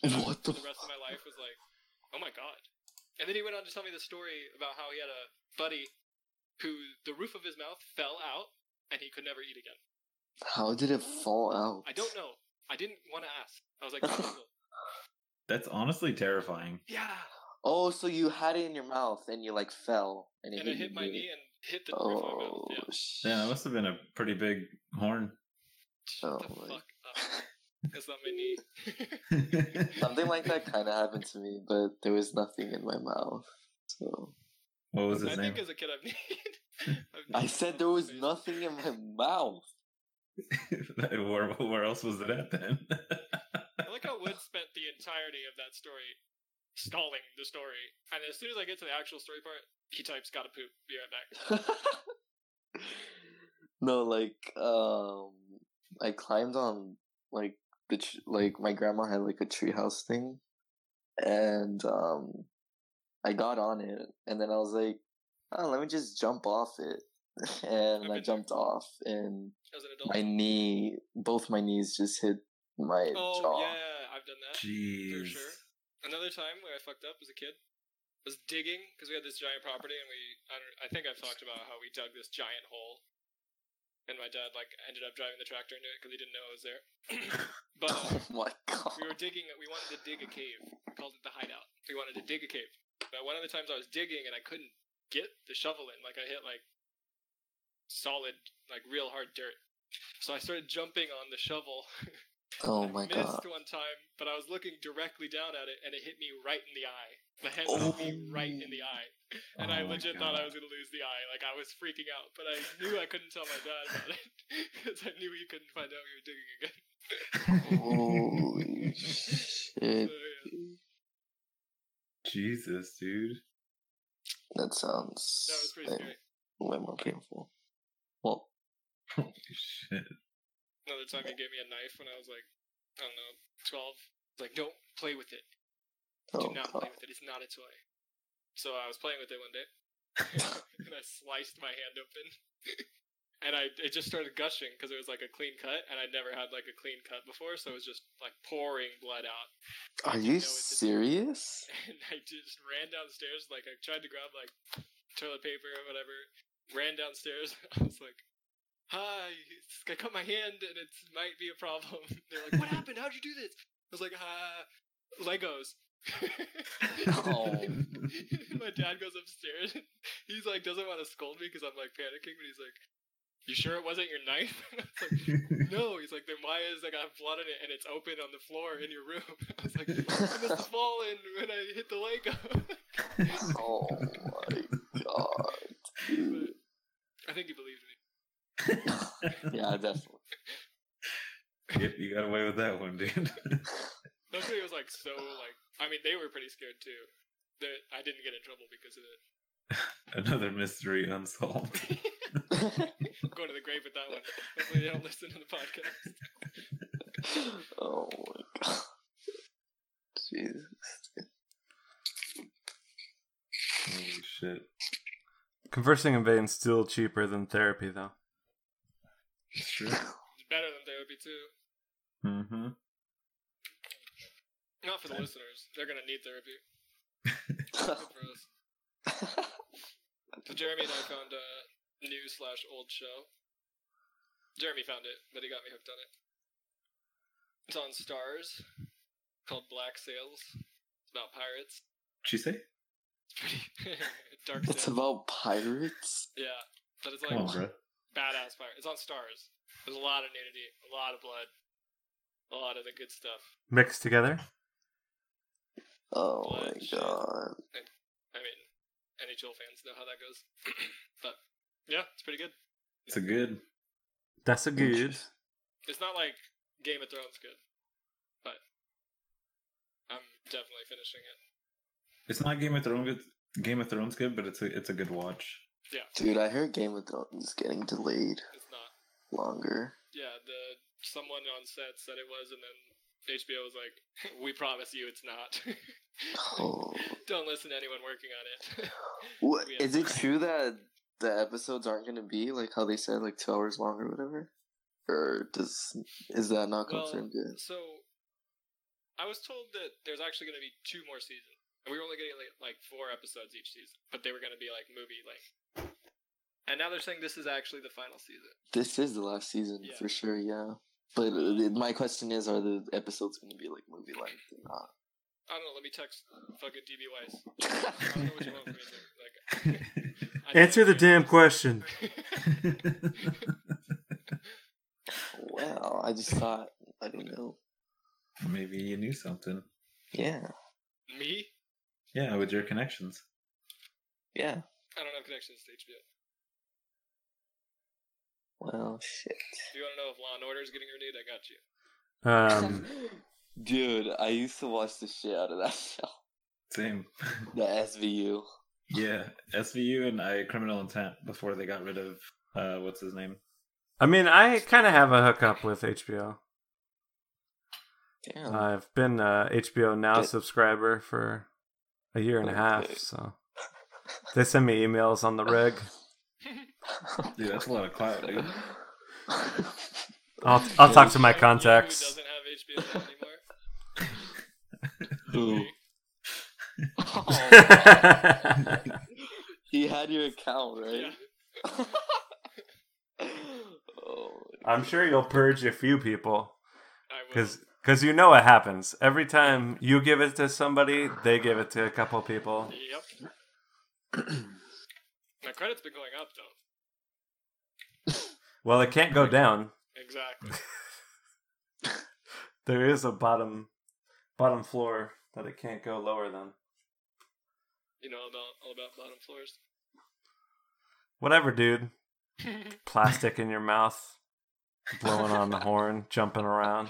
S5: what the
S4: the rest of my life was like, oh my god. And then he went on to tell me the story about how he had a buddy who the roof of his mouth fell out and he could never eat again.
S5: How did it fall out?
S4: I don't know. I didn't want to ask. I was like, "Google."
S3: That's honestly terrifying.
S4: yeah.
S5: Oh, so you had it in your mouth and you like fell and it
S4: And it
S5: hit
S4: hit my
S5: you.
S4: knee and hit the roof of my
S5: Oh,
S4: mouth. Yeah.
S5: shit.
S3: Yeah, that must have been a pretty big horn.
S5: Oh
S4: Shut the
S5: my-
S4: fuck up. That's not my knee.
S3: what
S5: Something like that kind of happened to me, but there was nothing in my mouth. So
S3: was
S4: I
S3: his name?
S4: think as a kid I've needed. I've
S5: I
S4: needed
S5: said
S4: something
S5: there was
S4: crazy.
S5: nothing in my mouth.
S3: where, where else was it at then?
S4: I like how Wood spent the entirety of that story stalling the story. And as soon as I get to the actual story part, he types gotta poop. Be right back.
S5: no, like um, I climbed on like the tr- like my grandma had like a treehouse thing, and um, I got on it, and then I was like, oh, let me just jump off it, and I
S4: Okay.
S5: jumped off, and
S4: As an adult.
S5: my knee, both my knees just hit my
S4: Oh
S5: jaw.
S4: yeah, I've done that.
S3: Jeez.
S4: sure. Another time where I fucked up as a kid was digging because we had this giant property and we I don't I think I've talked about how we dug this giant hole, and my dad like ended up driving the tractor into it because he didn't know it was there. but uh,
S5: Oh my god.
S4: we were digging. We wanted to dig a cave. We called it the hideout. We wanted to dig a cave. But one of the times I was digging and I couldn't get the shovel in. Like I hit like solid, like real hard dirt. So I started jumping on the shovel.
S5: Oh
S4: I
S5: my god.
S4: missed one time, but I was looking directly down at it, and it hit me right in the eye. The hand
S5: Oh.
S4: hit me right in the eye, and
S3: Oh
S4: I
S3: my
S4: legit thought I
S3: God.
S4: was gonna lose the eye. Like I was freaking out, but I knew I couldn't tell my dad about it because I knew he couldn't find out we were digging again.
S5: Holy
S4: So,
S5: shit.
S4: yeah,
S3: Jesus, dude.
S4: that
S5: That
S4: was
S5: sounds
S4: pretty
S5: like,
S4: scary.
S5: way more painful. Well,
S3: Holy shit.
S4: Another time he gave me a knife when I was like, I don't know, twelve. Like, don't play with it.
S5: oh
S4: Do not
S5: god.
S4: play with it. It's not a toy. So I was playing with it one day, and I sliced my hand open, and I it just started gushing because it was like a clean cut, and I'd never had like a clean cut before, so it was just like pouring blood out.
S5: Are
S4: I
S5: you
S4: didn't know what to do.
S5: serious?
S4: And I just ran downstairs. Like I tried to grab like toilet paper or whatever. Ran downstairs. I was like, "Hi, it's- I cut my hand, and it might be a problem." They're like, "What happened? How'd you do this?" I was like, "Uh, Legos." my dad goes upstairs. He's like, doesn't want to scold me because I'm like panicking, but he's like, "You sure it wasn't your knife?" And I was like, "No." He's like, "Then why is like I have blood on it and it's open on the floor in your room?" I was like, "I must have fallen when I hit the Lego."
S5: Oh my god. dude.
S4: I think he believed me.
S5: yeah, definitely.
S3: yep, you got away with that one, dude.
S4: Luckily, it was like so like I mean they were pretty scared too. That I didn't get in trouble because of it.
S3: Another mystery unsolved.
S4: I'm going to the grave with that one. Hopefully, they don't listen to the podcast.
S5: oh my god. Jesus.
S3: Holy shit.
S1: Conversing in vain's still cheaper than therapy, though.
S3: It's true.
S4: It's better than therapy too.
S3: Mm-hmm.
S4: Not for the listeners. They're gonna need therapy. Good for us. So Jeremy and I found a new slash old show. Jeremy found it, but he got me hooked on it. It's on Stars, called Black Sails. It's about pirates.
S3: She say?
S4: It's pretty dark.
S5: it's
S4: Sails.
S5: about pirates.
S4: yeah, but it's like
S3: Come on, bro.
S4: badass pirate. It's on Stars. There's a lot of nudity, a lot of blood, a lot of the good stuff.
S1: Mixed together.
S5: Oh
S4: Holy
S5: my
S4: shit.
S5: god.
S4: I mean, NHL fans know how that goes. but yeah, it's pretty good.
S3: It's a good.
S1: That's a good.
S4: It's not like Game of Thrones good, but I'm definitely finishing it.
S3: It's not Game of Thrones. Good, Game of Thrones good, but it's a it's a good watch.
S5: Dude, I heard Game of Thrones is getting delayed
S4: It's not.
S5: longer.
S4: Yeah, the someone on set said it was, and then HBO was like, "We promise you, it's not.
S5: Oh.
S4: Don't listen to anyone working on it."
S5: What,
S4: We have-
S5: is it true that the episodes aren't going to be like how they said, like two hours long or whatever? Or does is that not
S4: Well,
S5: confirmed yet?
S4: so, I was told that there's actually going to be two more seasons, and we were only getting like, like four episodes each season, but they were going to be like movie length. And now they're saying this is actually the final season.
S5: This is the last season
S4: Yeah.
S5: for sure. Yeah, but uh, my question is, are the episodes going to be like movie length or not?
S4: I don't know. Let me text fucking DB Weiss. I don't know what you want from me.
S5: I
S4: dude. Like, I think
S1: Answer the
S4: you're-
S1: damn question.
S5: well, I just thought I don't know.
S3: Maybe you knew something.
S5: Yeah,
S4: Me?
S3: Yeah, with your connections.
S5: yeah.
S4: I don't have connections to HBO.
S5: Well, shit,
S4: If you want to know if Law and Order is getting renewed, I got you.
S1: Um,
S5: dude. I used to watch the shit out of that show,
S3: Same.
S5: the SVU.
S3: yeah, SVU and I Criminal Intent before they got rid of uh what's his name?
S1: I mean, I kind of have a hookup with HBO.
S5: Damn.
S1: I've been a HBO Now
S5: Good.
S1: subscriber for a year and a
S5: Okay.
S1: half, so they send me emails on the reg.
S3: Dude, that's a lot of clout. Dude.
S1: I'll I'll talk
S5: Yeah.
S1: to my
S4: You know
S1: contacts.
S4: Who doesn't have HBO now anymore?
S5: Who?
S4: Me.
S5: Oh, he had your account, right?
S4: Yeah.
S5: oh,
S1: I'm sure you'll purge a few people
S4: I will.
S1: because you know it happens every time you give it to somebody, they give it to a couple people.
S4: Yep. My credit's been going up though.
S1: Well, it can't go down.
S4: Exactly.
S1: There is a bottom bottom floor that it can't go lower than.
S4: You know about all about bottom floors.
S1: Whatever, dude. Plastic in your mouth, blowing on the horn, jumping around.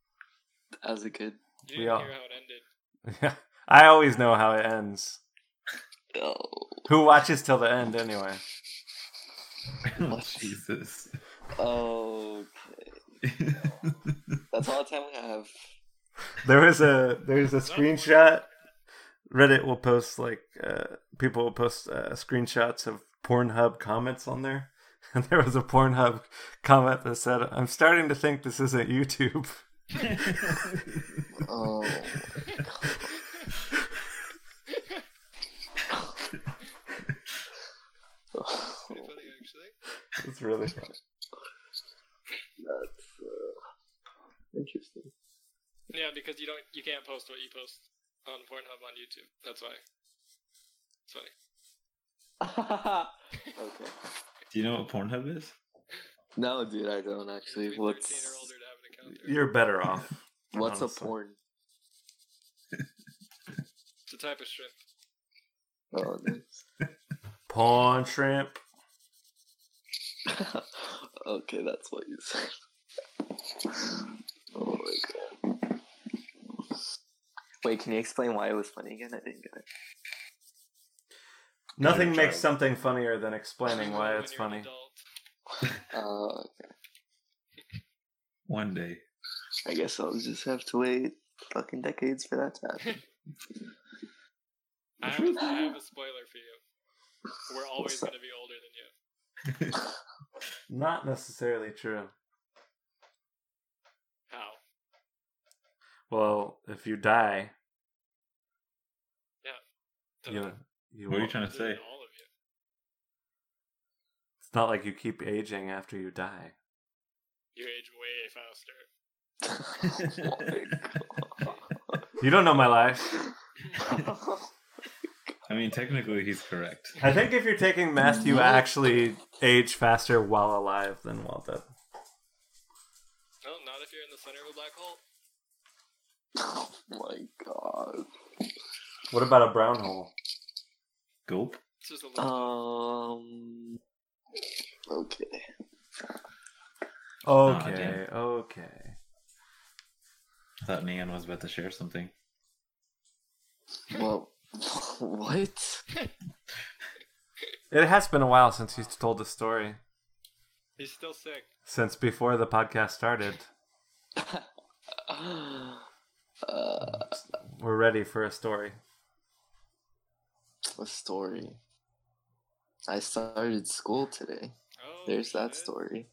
S5: that was a good.
S4: You
S1: We
S4: didn't
S1: all-
S4: hear how it ended.
S1: I always know how it ends.
S5: Oh,
S1: Who watches till the end anyway?
S3: Oh, Jesus.
S5: okay. um, That's all the time we have.
S1: There is a there's a screenshot. Reddit will post like uh, people will post uh, screenshots of Pornhub comments on there, and there was a Pornhub comment that said, "I'm starting to think this isn't YouTube."
S5: Oh,
S4: Pretty funny actually.
S1: It's really funny.
S5: that's uh, interesting.
S4: Yeah, because you don't you can't post what you post on Pornhub on YouTube. That's why. It's funny.
S5: okay.
S3: Do you know what Pornhub is?
S5: No, dude, I don't
S4: You have to
S5: actually.
S4: be 13 or
S5: What's
S4: older to have an account. there.
S1: You're better off.
S5: what's a
S1: honestly.
S5: porn?
S4: It's a type of shrimp.
S5: Oh, nice.
S1: Pawn shrimp.
S5: okay, that's what you said. Oh my god. Wait, can you explain why it was funny again? I didn't get it.
S1: Nothing
S3: You're a
S1: makes
S3: child.
S1: something funnier than explaining why
S4: When
S1: it's
S4: you're an
S1: funny.
S4: adult.
S5: Uh,
S3: One day.
S5: I guess I'll just have to wait fucking decades for that to happen.
S4: I have, a, I have a spoiler for you. We're always
S5: that?
S4: going to be older than you.
S1: Not necessarily true.
S4: How?
S1: Well, if you die,
S4: So,
S1: you you
S3: What are you
S1: won't-
S3: trying to
S4: older than
S3: say?
S4: All of you.
S1: It's not like you keep aging after you die.
S4: You age way faster.
S1: You don't know my life.
S5: Oh
S3: I mean, technically, he's correct.
S1: I think if you're taking meth, you actually age faster while alive than while dead.
S4: No, not if you're in the center of a black hole.
S5: oh my god.
S1: What about a brown hole?
S3: Gulp.
S4: It's
S5: Uh,
S4: just a little.
S5: Um. Okay.
S1: Okay,
S5: Oh,
S1: okay.
S3: I thought Neon was about to share something.
S5: Well, what?
S1: It has been a while since he's told the story.
S4: He's still sick.
S1: Since before the podcast started,
S5: Uh,
S1: we're ready for a story.
S5: a story. I started school today.
S4: Oh,
S5: There's that
S4: shit.
S5: story.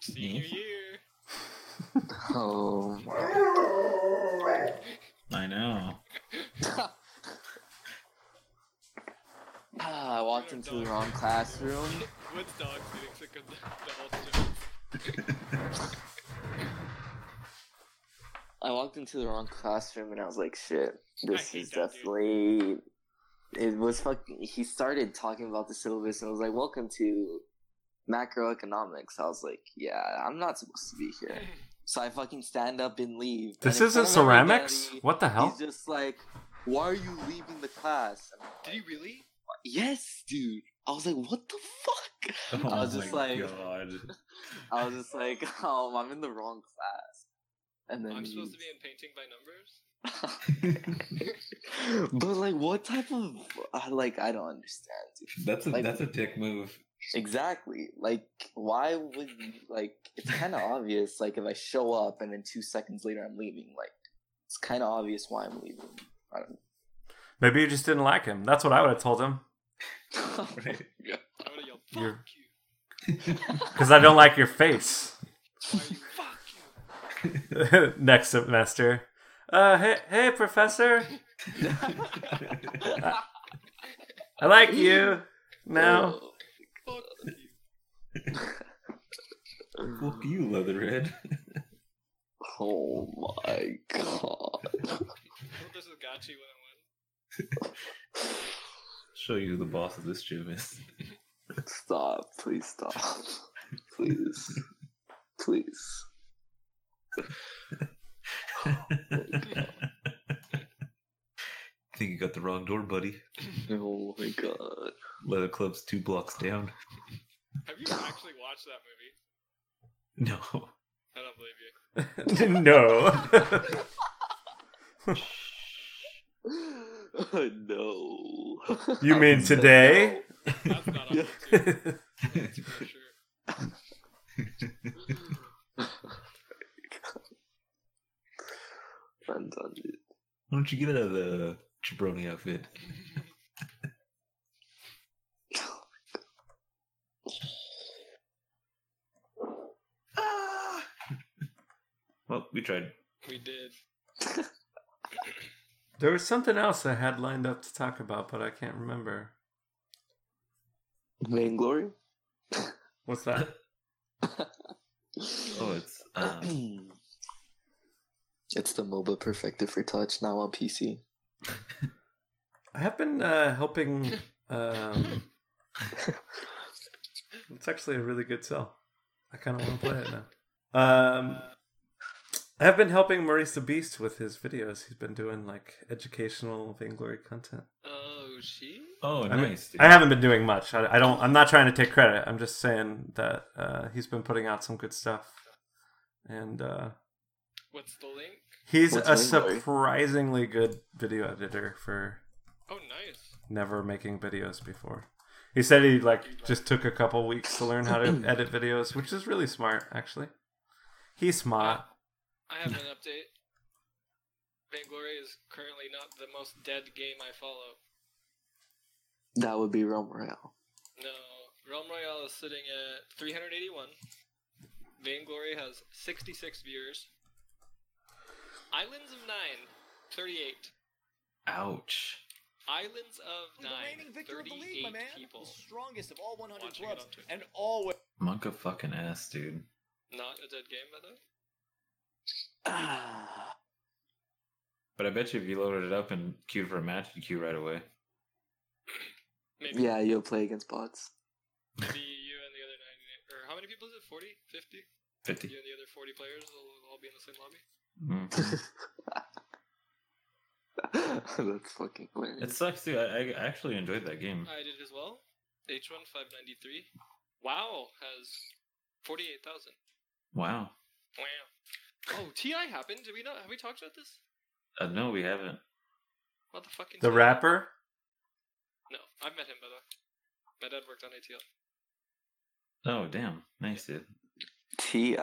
S4: Senior year.
S1: Oh
S5: Um.
S3: I know.
S5: I walked into the wrong classroom.
S4: Woods dogs getting sick of the, the whole thing.
S5: I walked into the wrong classroom and I was like, shit, this
S4: hate
S5: is
S4: that dude.
S5: definitely. It was fucking. He started talking about the syllabus and was like, welcome to macroeconomics. I was like, yeah, I'm not supposed to be here. So I fucking stand up and leave.
S1: This
S5: And in
S1: isn't
S5: front of
S1: ceramics?
S5: everybody,
S1: What the hell?
S5: He's just like, why are you leaving the class? And I'm
S4: Did he really?
S5: like, yes, dude. I was like, what the fuck?
S3: Oh
S5: I was just
S3: my
S5: like-
S3: God.
S5: I was just like, um, I'm in the wrong class. And then
S4: I'm
S5: he-
S4: supposed to be in painting by numbers.
S5: but like, what type of I- like I don't understand. Dude.
S3: That's a
S5: Like-
S3: that's a dick move.
S5: Exactly. Like, why would you- like it's kind of obvious. Like, if I show up and then two seconds later I'm leaving, like it's kind of obvious why I'm leaving. I
S1: Maybe you just didn't like him. That's what I would have told him.
S5: don't.
S3: Right.
S4: I would have yelled, "Fuck
S1: You're-
S4: you!
S1: Because I don't like your face.
S4: Why are you? Fuck you!"
S1: Next semester. Uh, hey, hey, professor. I like you. Now.
S4: Fuck you!
S3: Fuck you, Leatherhead.
S5: Oh my god.
S4: I hope this is Gachi one on one.
S3: Show you who the boss of this gym is.
S5: Stop. Please stop. Please. Please.
S3: I think you got the wrong door, buddy.
S5: Oh my god.
S3: Leather Club's two blocks down.
S4: Have you actually watched that movie?
S3: No.
S4: I don't believe you.
S1: no.
S5: no.
S1: you mean today?
S4: That's not on
S5: Yeah.
S4: YouTube. That's for sure.
S5: I'm done, dude.
S3: Why don't you get out of the jabroni outfit? Ah! well, we tried.
S4: We did.
S1: There was something else I had lined up to talk about, but I can't remember.
S5: Vainglory?
S1: What's that?
S3: Oh, it's uh,
S5: it's the MOBA perfected for touch now on PC.
S1: I have been uh, helping. Um, it's actually a really good sell. I kind of want to play it now. Um, I have been helping Maurice the Beast with his videos. He's been doing like educational Vainglory content.
S4: Oh, she?
S3: oh,
S1: I mean,
S3: nice. dude.
S1: I haven't been doing much. I, I don't. I'm not trying to take credit. I'm just saying that uh, he's been putting out some good stuff, and uh,
S4: What's the link?
S1: he's
S5: What's
S1: a
S5: his name, Larry?
S1: surprisingly good video editor for
S4: Oh, nice.
S1: never making videos before. He said he like just took a couple weeks to learn how to edit videos, which is really smart actually. He's smart.
S4: I have an update. Vainglory is currently not the most dead game I follow.
S5: That would be Realm Royale.
S4: No, Realm Royale is sitting at 381. Vainglory has 66 viewers. Islands of Nine, 38.
S3: Ouch.
S4: Islands of
S6: The
S4: Nine,
S6: reigning victor of the league,
S4: 38
S6: my man.
S4: people.
S6: The strongest of all 100
S4: Watching it
S6: clubs,
S4: on Twitter.
S6: and always
S3: Monka fucking ass, dude.
S4: Not a dead game, by the way.
S5: Ah,
S3: But I bet you if you loaded it up and queued for a match, you'd queue right away.
S4: Maybe.
S5: yeah, you'll play against bots.
S4: Maybe you and the other 99. Or how many people is it? 40? 50?
S3: 50.
S4: You and the other 40 players will all be in the same lobby?
S3: Mhm.
S5: That's fucking hilarious.
S3: It sucks, dude. I, I actually enjoyed that game.
S4: I did as well. H1593. Wow has 48,000.
S3: Wow.
S4: Wow. Oh, TI happened. Did we not? Have we talked about this?
S3: Uh, no, we haven't.
S4: What the fucking
S1: The
S4: TI?
S1: rapper?
S4: No, I've met him by the way. My dad worked on ATL.
S3: Oh, damn. Nice, dude.
S5: Ti.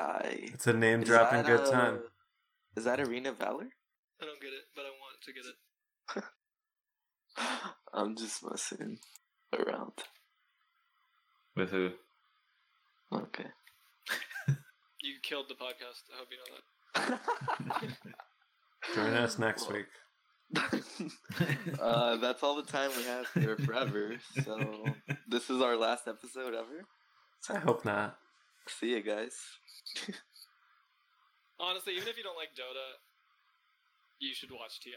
S1: It's a name
S5: Is
S1: dropping
S5: that,
S1: good
S5: uh,
S1: time.
S5: Is that Arena Valor?
S4: I don't get it, but I want to get it.
S5: I'm just messing around.
S3: With who?
S5: Okay.
S4: You killed the podcast. I hope you know that.
S1: Join us next week.
S5: uh, that's all the time we have here forever. So this is our last episode ever.
S1: I hope not.
S5: See you guys.
S4: Honestly, even if you don't like Dota, you should watch TI.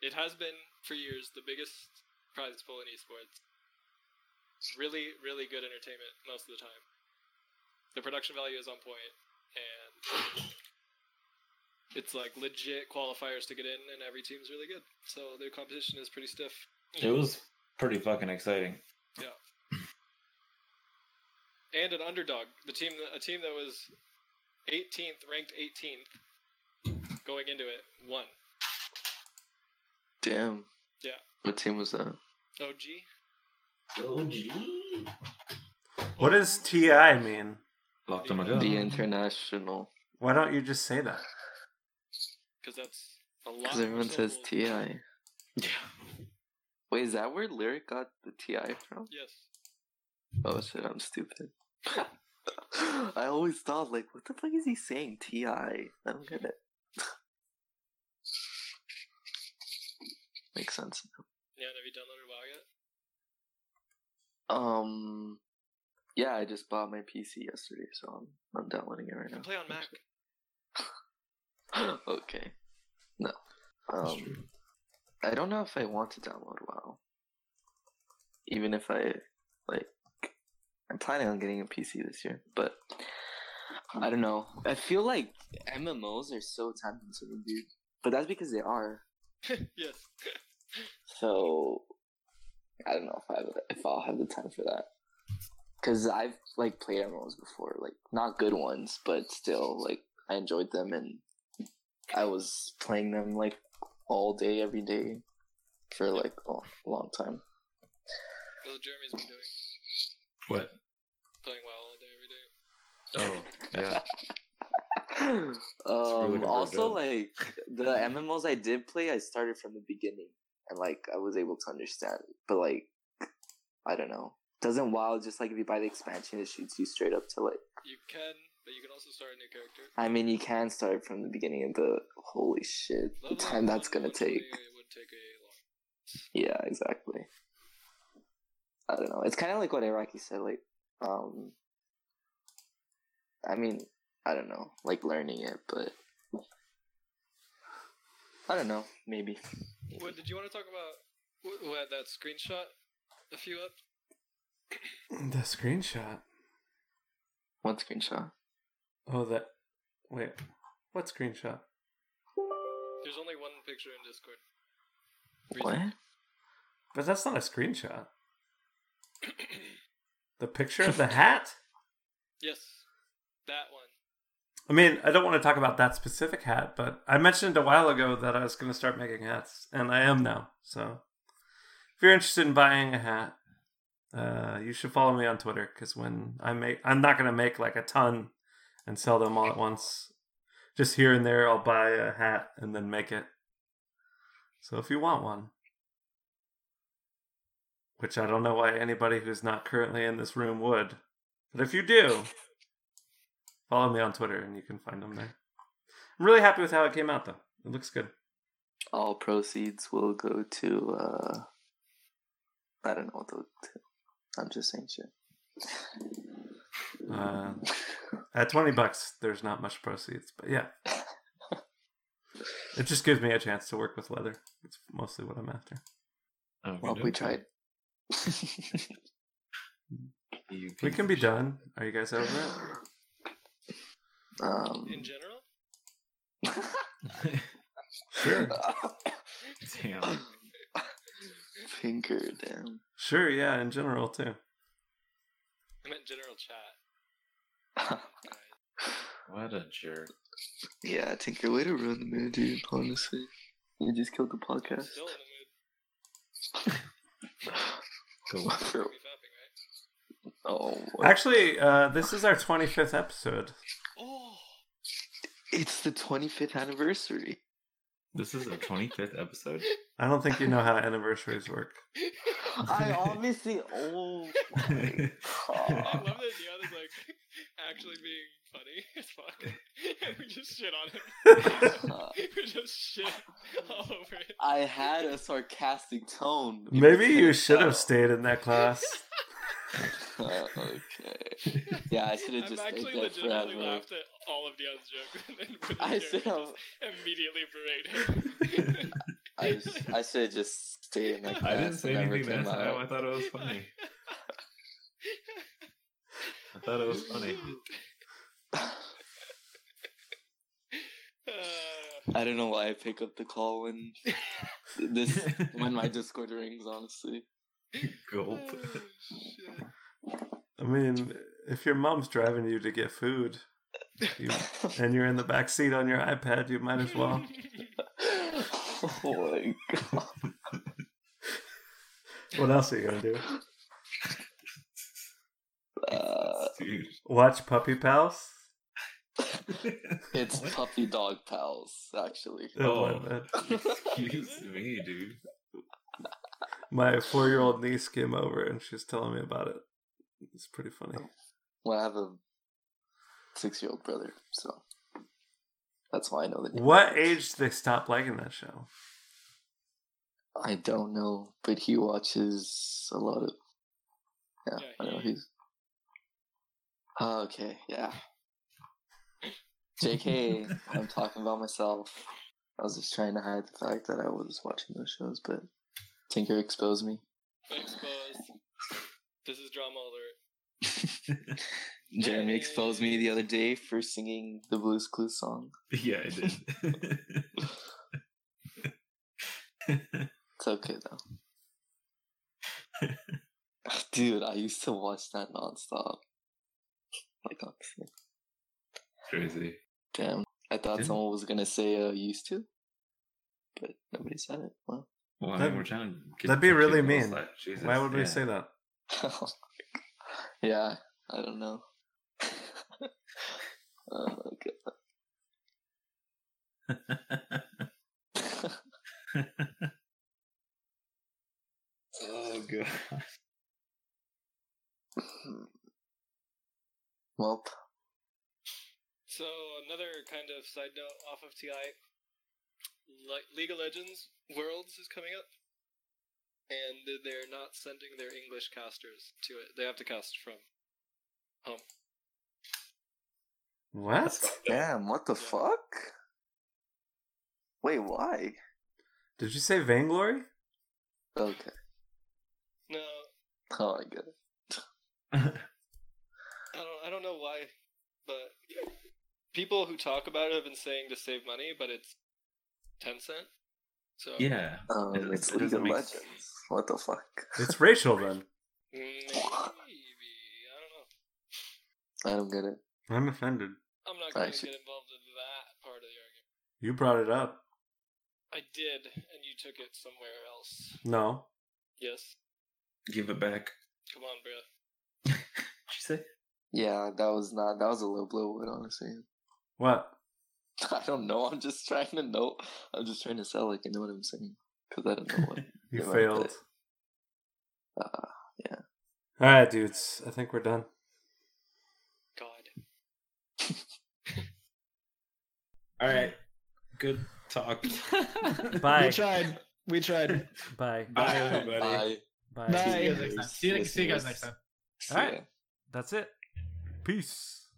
S4: It has been for years the biggest prize pool in esports. It's really, really good entertainment most of the time. The production value is on point, and it's like legit qualifiers to get in, and every team's really good. So their competition is pretty stiff.
S3: it was pretty fucking exciting.
S4: and an underdog. The team, a team that was 18th, ranked 18th, going into it, won.
S5: Damn.
S4: Yeah.
S5: What team was that?
S4: OG.
S1: What does TI mean?
S3: Locked him a
S5: The
S3: gun.
S5: International.
S1: Why don't you just say that?
S4: Because that's a lot.
S5: Because
S4: more
S5: everyone says
S4: syllables.
S5: Ti. Wait, is that where Lyric got the Ti from?
S4: Yes.
S5: Oh shit, I'm stupid. I always thought like, what the fuck is he saying? Ti. I don't get it. Makes sense.
S4: Yeah, and have you downloaded WoW yet?
S5: Um, yeah, I just bought my PC yesterday, so I'm I'm downloading it right
S4: You can
S5: now.
S4: play on Mac.
S5: okay. No. Um, I don't know if I want to download WoW. Even if I like, I'm planning on getting a PC this year, but I don't know. I feel like MMOs are so time consuming, dude. But that's because they are.
S4: yes.
S5: So I don't know if I if I'll have the time for that. Cause I've like played MMOs before, like not good ones, but still like I enjoyed them and I was playing them like all day, every day for like a long time.
S4: That's what Jeremy's been doing.
S3: What?
S4: Playing WoW all day, every day.
S3: Oh, yeah. really
S5: um,
S3: good
S5: also,
S3: job.
S5: like the MMOs I did play, I started from the beginning and like I was able to understand. But like, I don't know. Doesn't WoW just like if you buy the expansion, it shoots you straight up to like.
S4: You can, but you can also start a new character.
S5: I mean, you can start from the beginning of the holy shit. The
S4: Level
S5: time
S4: up
S5: that's gonna take.
S4: unfortunately, It would take a long.
S5: Yeah, exactly. I don't know. It's kind of like what Iraqi said. Like, um, I mean, I don't know. Like learning it, but I don't know. Maybe.
S4: What did you want to talk about? Wh- Who had that screenshot? A few up.
S1: The screenshot.
S5: One screenshot.
S1: Oh, that. Wait. What screenshot?
S4: There's only one picture in Discord.
S5: What?
S1: But that's not a screenshot. The picture of the hat?
S4: Yes, that one.
S1: I mean, I don't want to talk about that specific hat, but I mentioned a while ago that I was going to start making hats, and I am now. So, if you're interested in buying a hat, uh, you should follow me on Twitter because when I make, I'm not going to make like a ton and sell them all at once. just here and there, I'll buy a hat and then make it. So if you want one, which I don't know why anybody who's not currently in this room would, but if you do, follow me on Twitter and you can find them there. I'm really happy with how it came out though. It looks good.
S5: All proceeds will go to. uh I don't know what they'll. do. I'm just saying shit.
S1: Uh, at 20 bucks, there's not much proceeds, but yeah. It just gives me a chance to work with leather. It's mostly what I'm after.
S3: Oh,
S5: Well,
S3: good.
S5: we tried.
S3: You
S1: We
S3: piece
S1: can
S3: of
S1: be
S3: shit.
S1: done. Are you guys over it?
S5: Mm-hmm. um,
S4: In general?
S1: Sure.
S3: Damn.
S5: finger, damn.
S1: Sure, yeah, in general too.
S4: I meant general chat.
S3: What a jerk.
S5: yeah, Tinker, way to ruin the mood, dude. Honestly, you just killed the
S4: I'm
S5: podcast.
S4: still in the mood.
S3: Go.
S5: For-
S4: We're fapping, right?
S5: oh,
S1: Actually, uh, this is our 25th episode.
S4: Oh!
S5: it's the 25th anniversary.
S3: This is our 25th episode.
S1: I don't think you know how anniversaries work.
S5: I obviously. Oh my
S4: I
S5: god.
S4: love that Neon is like actually being funny as fuck. we just shit on him. we just shit all over it.
S5: I had a sarcastic tone.
S1: Maybe you should have stayed in that class.
S5: Uh, okay. Yeah, I should have
S4: I've
S5: just
S4: actually
S5: stayed there
S4: legitimately
S5: forever.
S4: laughed at all of Neon's jokes and then with
S5: I
S4: his
S5: should
S4: character just
S5: have.
S4: immediately berated him.
S5: I, s- I should have just stayed in that class.
S3: I didn't say
S5: and never
S3: anything that
S5: came
S3: time. I
S5: out.
S3: thought it was funny. I thought it was funny.
S4: Uh,
S5: I don't know why I pick up the call when this when my Discord rings. Honestly,
S3: Gulp.
S4: oh, shit.
S1: I mean, if your mom's driving you to get food you, and you're in the back seat on your iPad, you might as well.
S5: oh my god.
S1: What else are you going to do?
S5: Uh,
S3: Dude.
S1: Watch Puppy Pals?
S5: it's
S3: What?
S5: puppy dog pals, actually.
S1: Oh,
S3: Oh. Excuse me, dude.
S1: my four year old niece came over and she's telling me about it. It's pretty funny.
S5: Well, I have a six-year-old brother, so that's why I know the name.
S1: What age did they stop liking that show?
S5: I don't know, but he watches a lot of. Yeah,
S4: Yeah,
S5: I know
S4: he-
S5: he's. Oh, okay, yeah. JK, I'm talking about myself. I was just trying to hide the fact that I was watching those shows, but Tinker exposed me.
S4: Exposed. This is drama alert.
S5: Jeremy exposed me the other day for singing the Blues Clues song.
S3: Yeah, I did.
S5: It's okay though. Dude, I used to watch that nonstop. Like honestly.
S3: Crazy.
S5: Damn. I thought
S3: Didn't-
S5: someone was gonna say uh, used to, but nobody said it. Well,
S3: Well, I
S1: That'd-
S3: mean, we're trying to get
S1: that'd be
S3: the
S1: really
S3: people to
S1: mean.
S3: slack. Jesus,
S1: Why would we
S3: yeah.
S1: say that?
S5: yeah, I don't know. oh my god.
S3: oh god.
S5: well,
S4: So another kind of side note off of TI, Le- League of Legends Worlds is coming up, and they're not sending their English casters to it. They have to cast from home.
S1: What?
S5: damn, what the fuck? Wait, why?
S1: Did you say Vainglory?
S5: Okay.
S4: No,
S5: Oh my god.
S4: I don't. I don't know why, but people who talk about it have been saying to save money, but it's ten cent. So
S3: yeah.
S5: Um,
S3: It-
S5: it's
S3: it
S5: League of
S3: doesn't make
S5: Legends. What the fuck?
S1: It's racial then.
S4: maybe I don't know.
S5: I don't get it.
S1: I'm offended.
S4: I'm not going to
S5: Actually-
S4: get involved in that part of the argument.
S1: You brought it up.
S4: I did, and you took it somewhere else.
S1: No.
S4: Yes.
S3: Give it back.
S4: Come on, bro.
S3: What'd you say?
S5: Yeah, that was not. That was a low blow. But honestly,
S1: What?
S5: I don't know. I'm just trying to know. I'm just trying to sound like I know what I'm saying because I don't know what.
S1: You
S5: Yeah,
S1: failed.
S5: Uh,
S1: All right, dudes. I think we're done.
S4: God.
S3: All right. Good talk.
S1: Bye.
S7: We tried. We tried.
S1: Bye.
S3: Bye, everybody.
S5: I
S1: Bye.
S7: Bye.
S5: See you
S7: guys next
S5: guys
S7: time. See you, next- see you guys next time.
S5: see
S1: Alright.
S5: ya.
S1: That's it. Peace.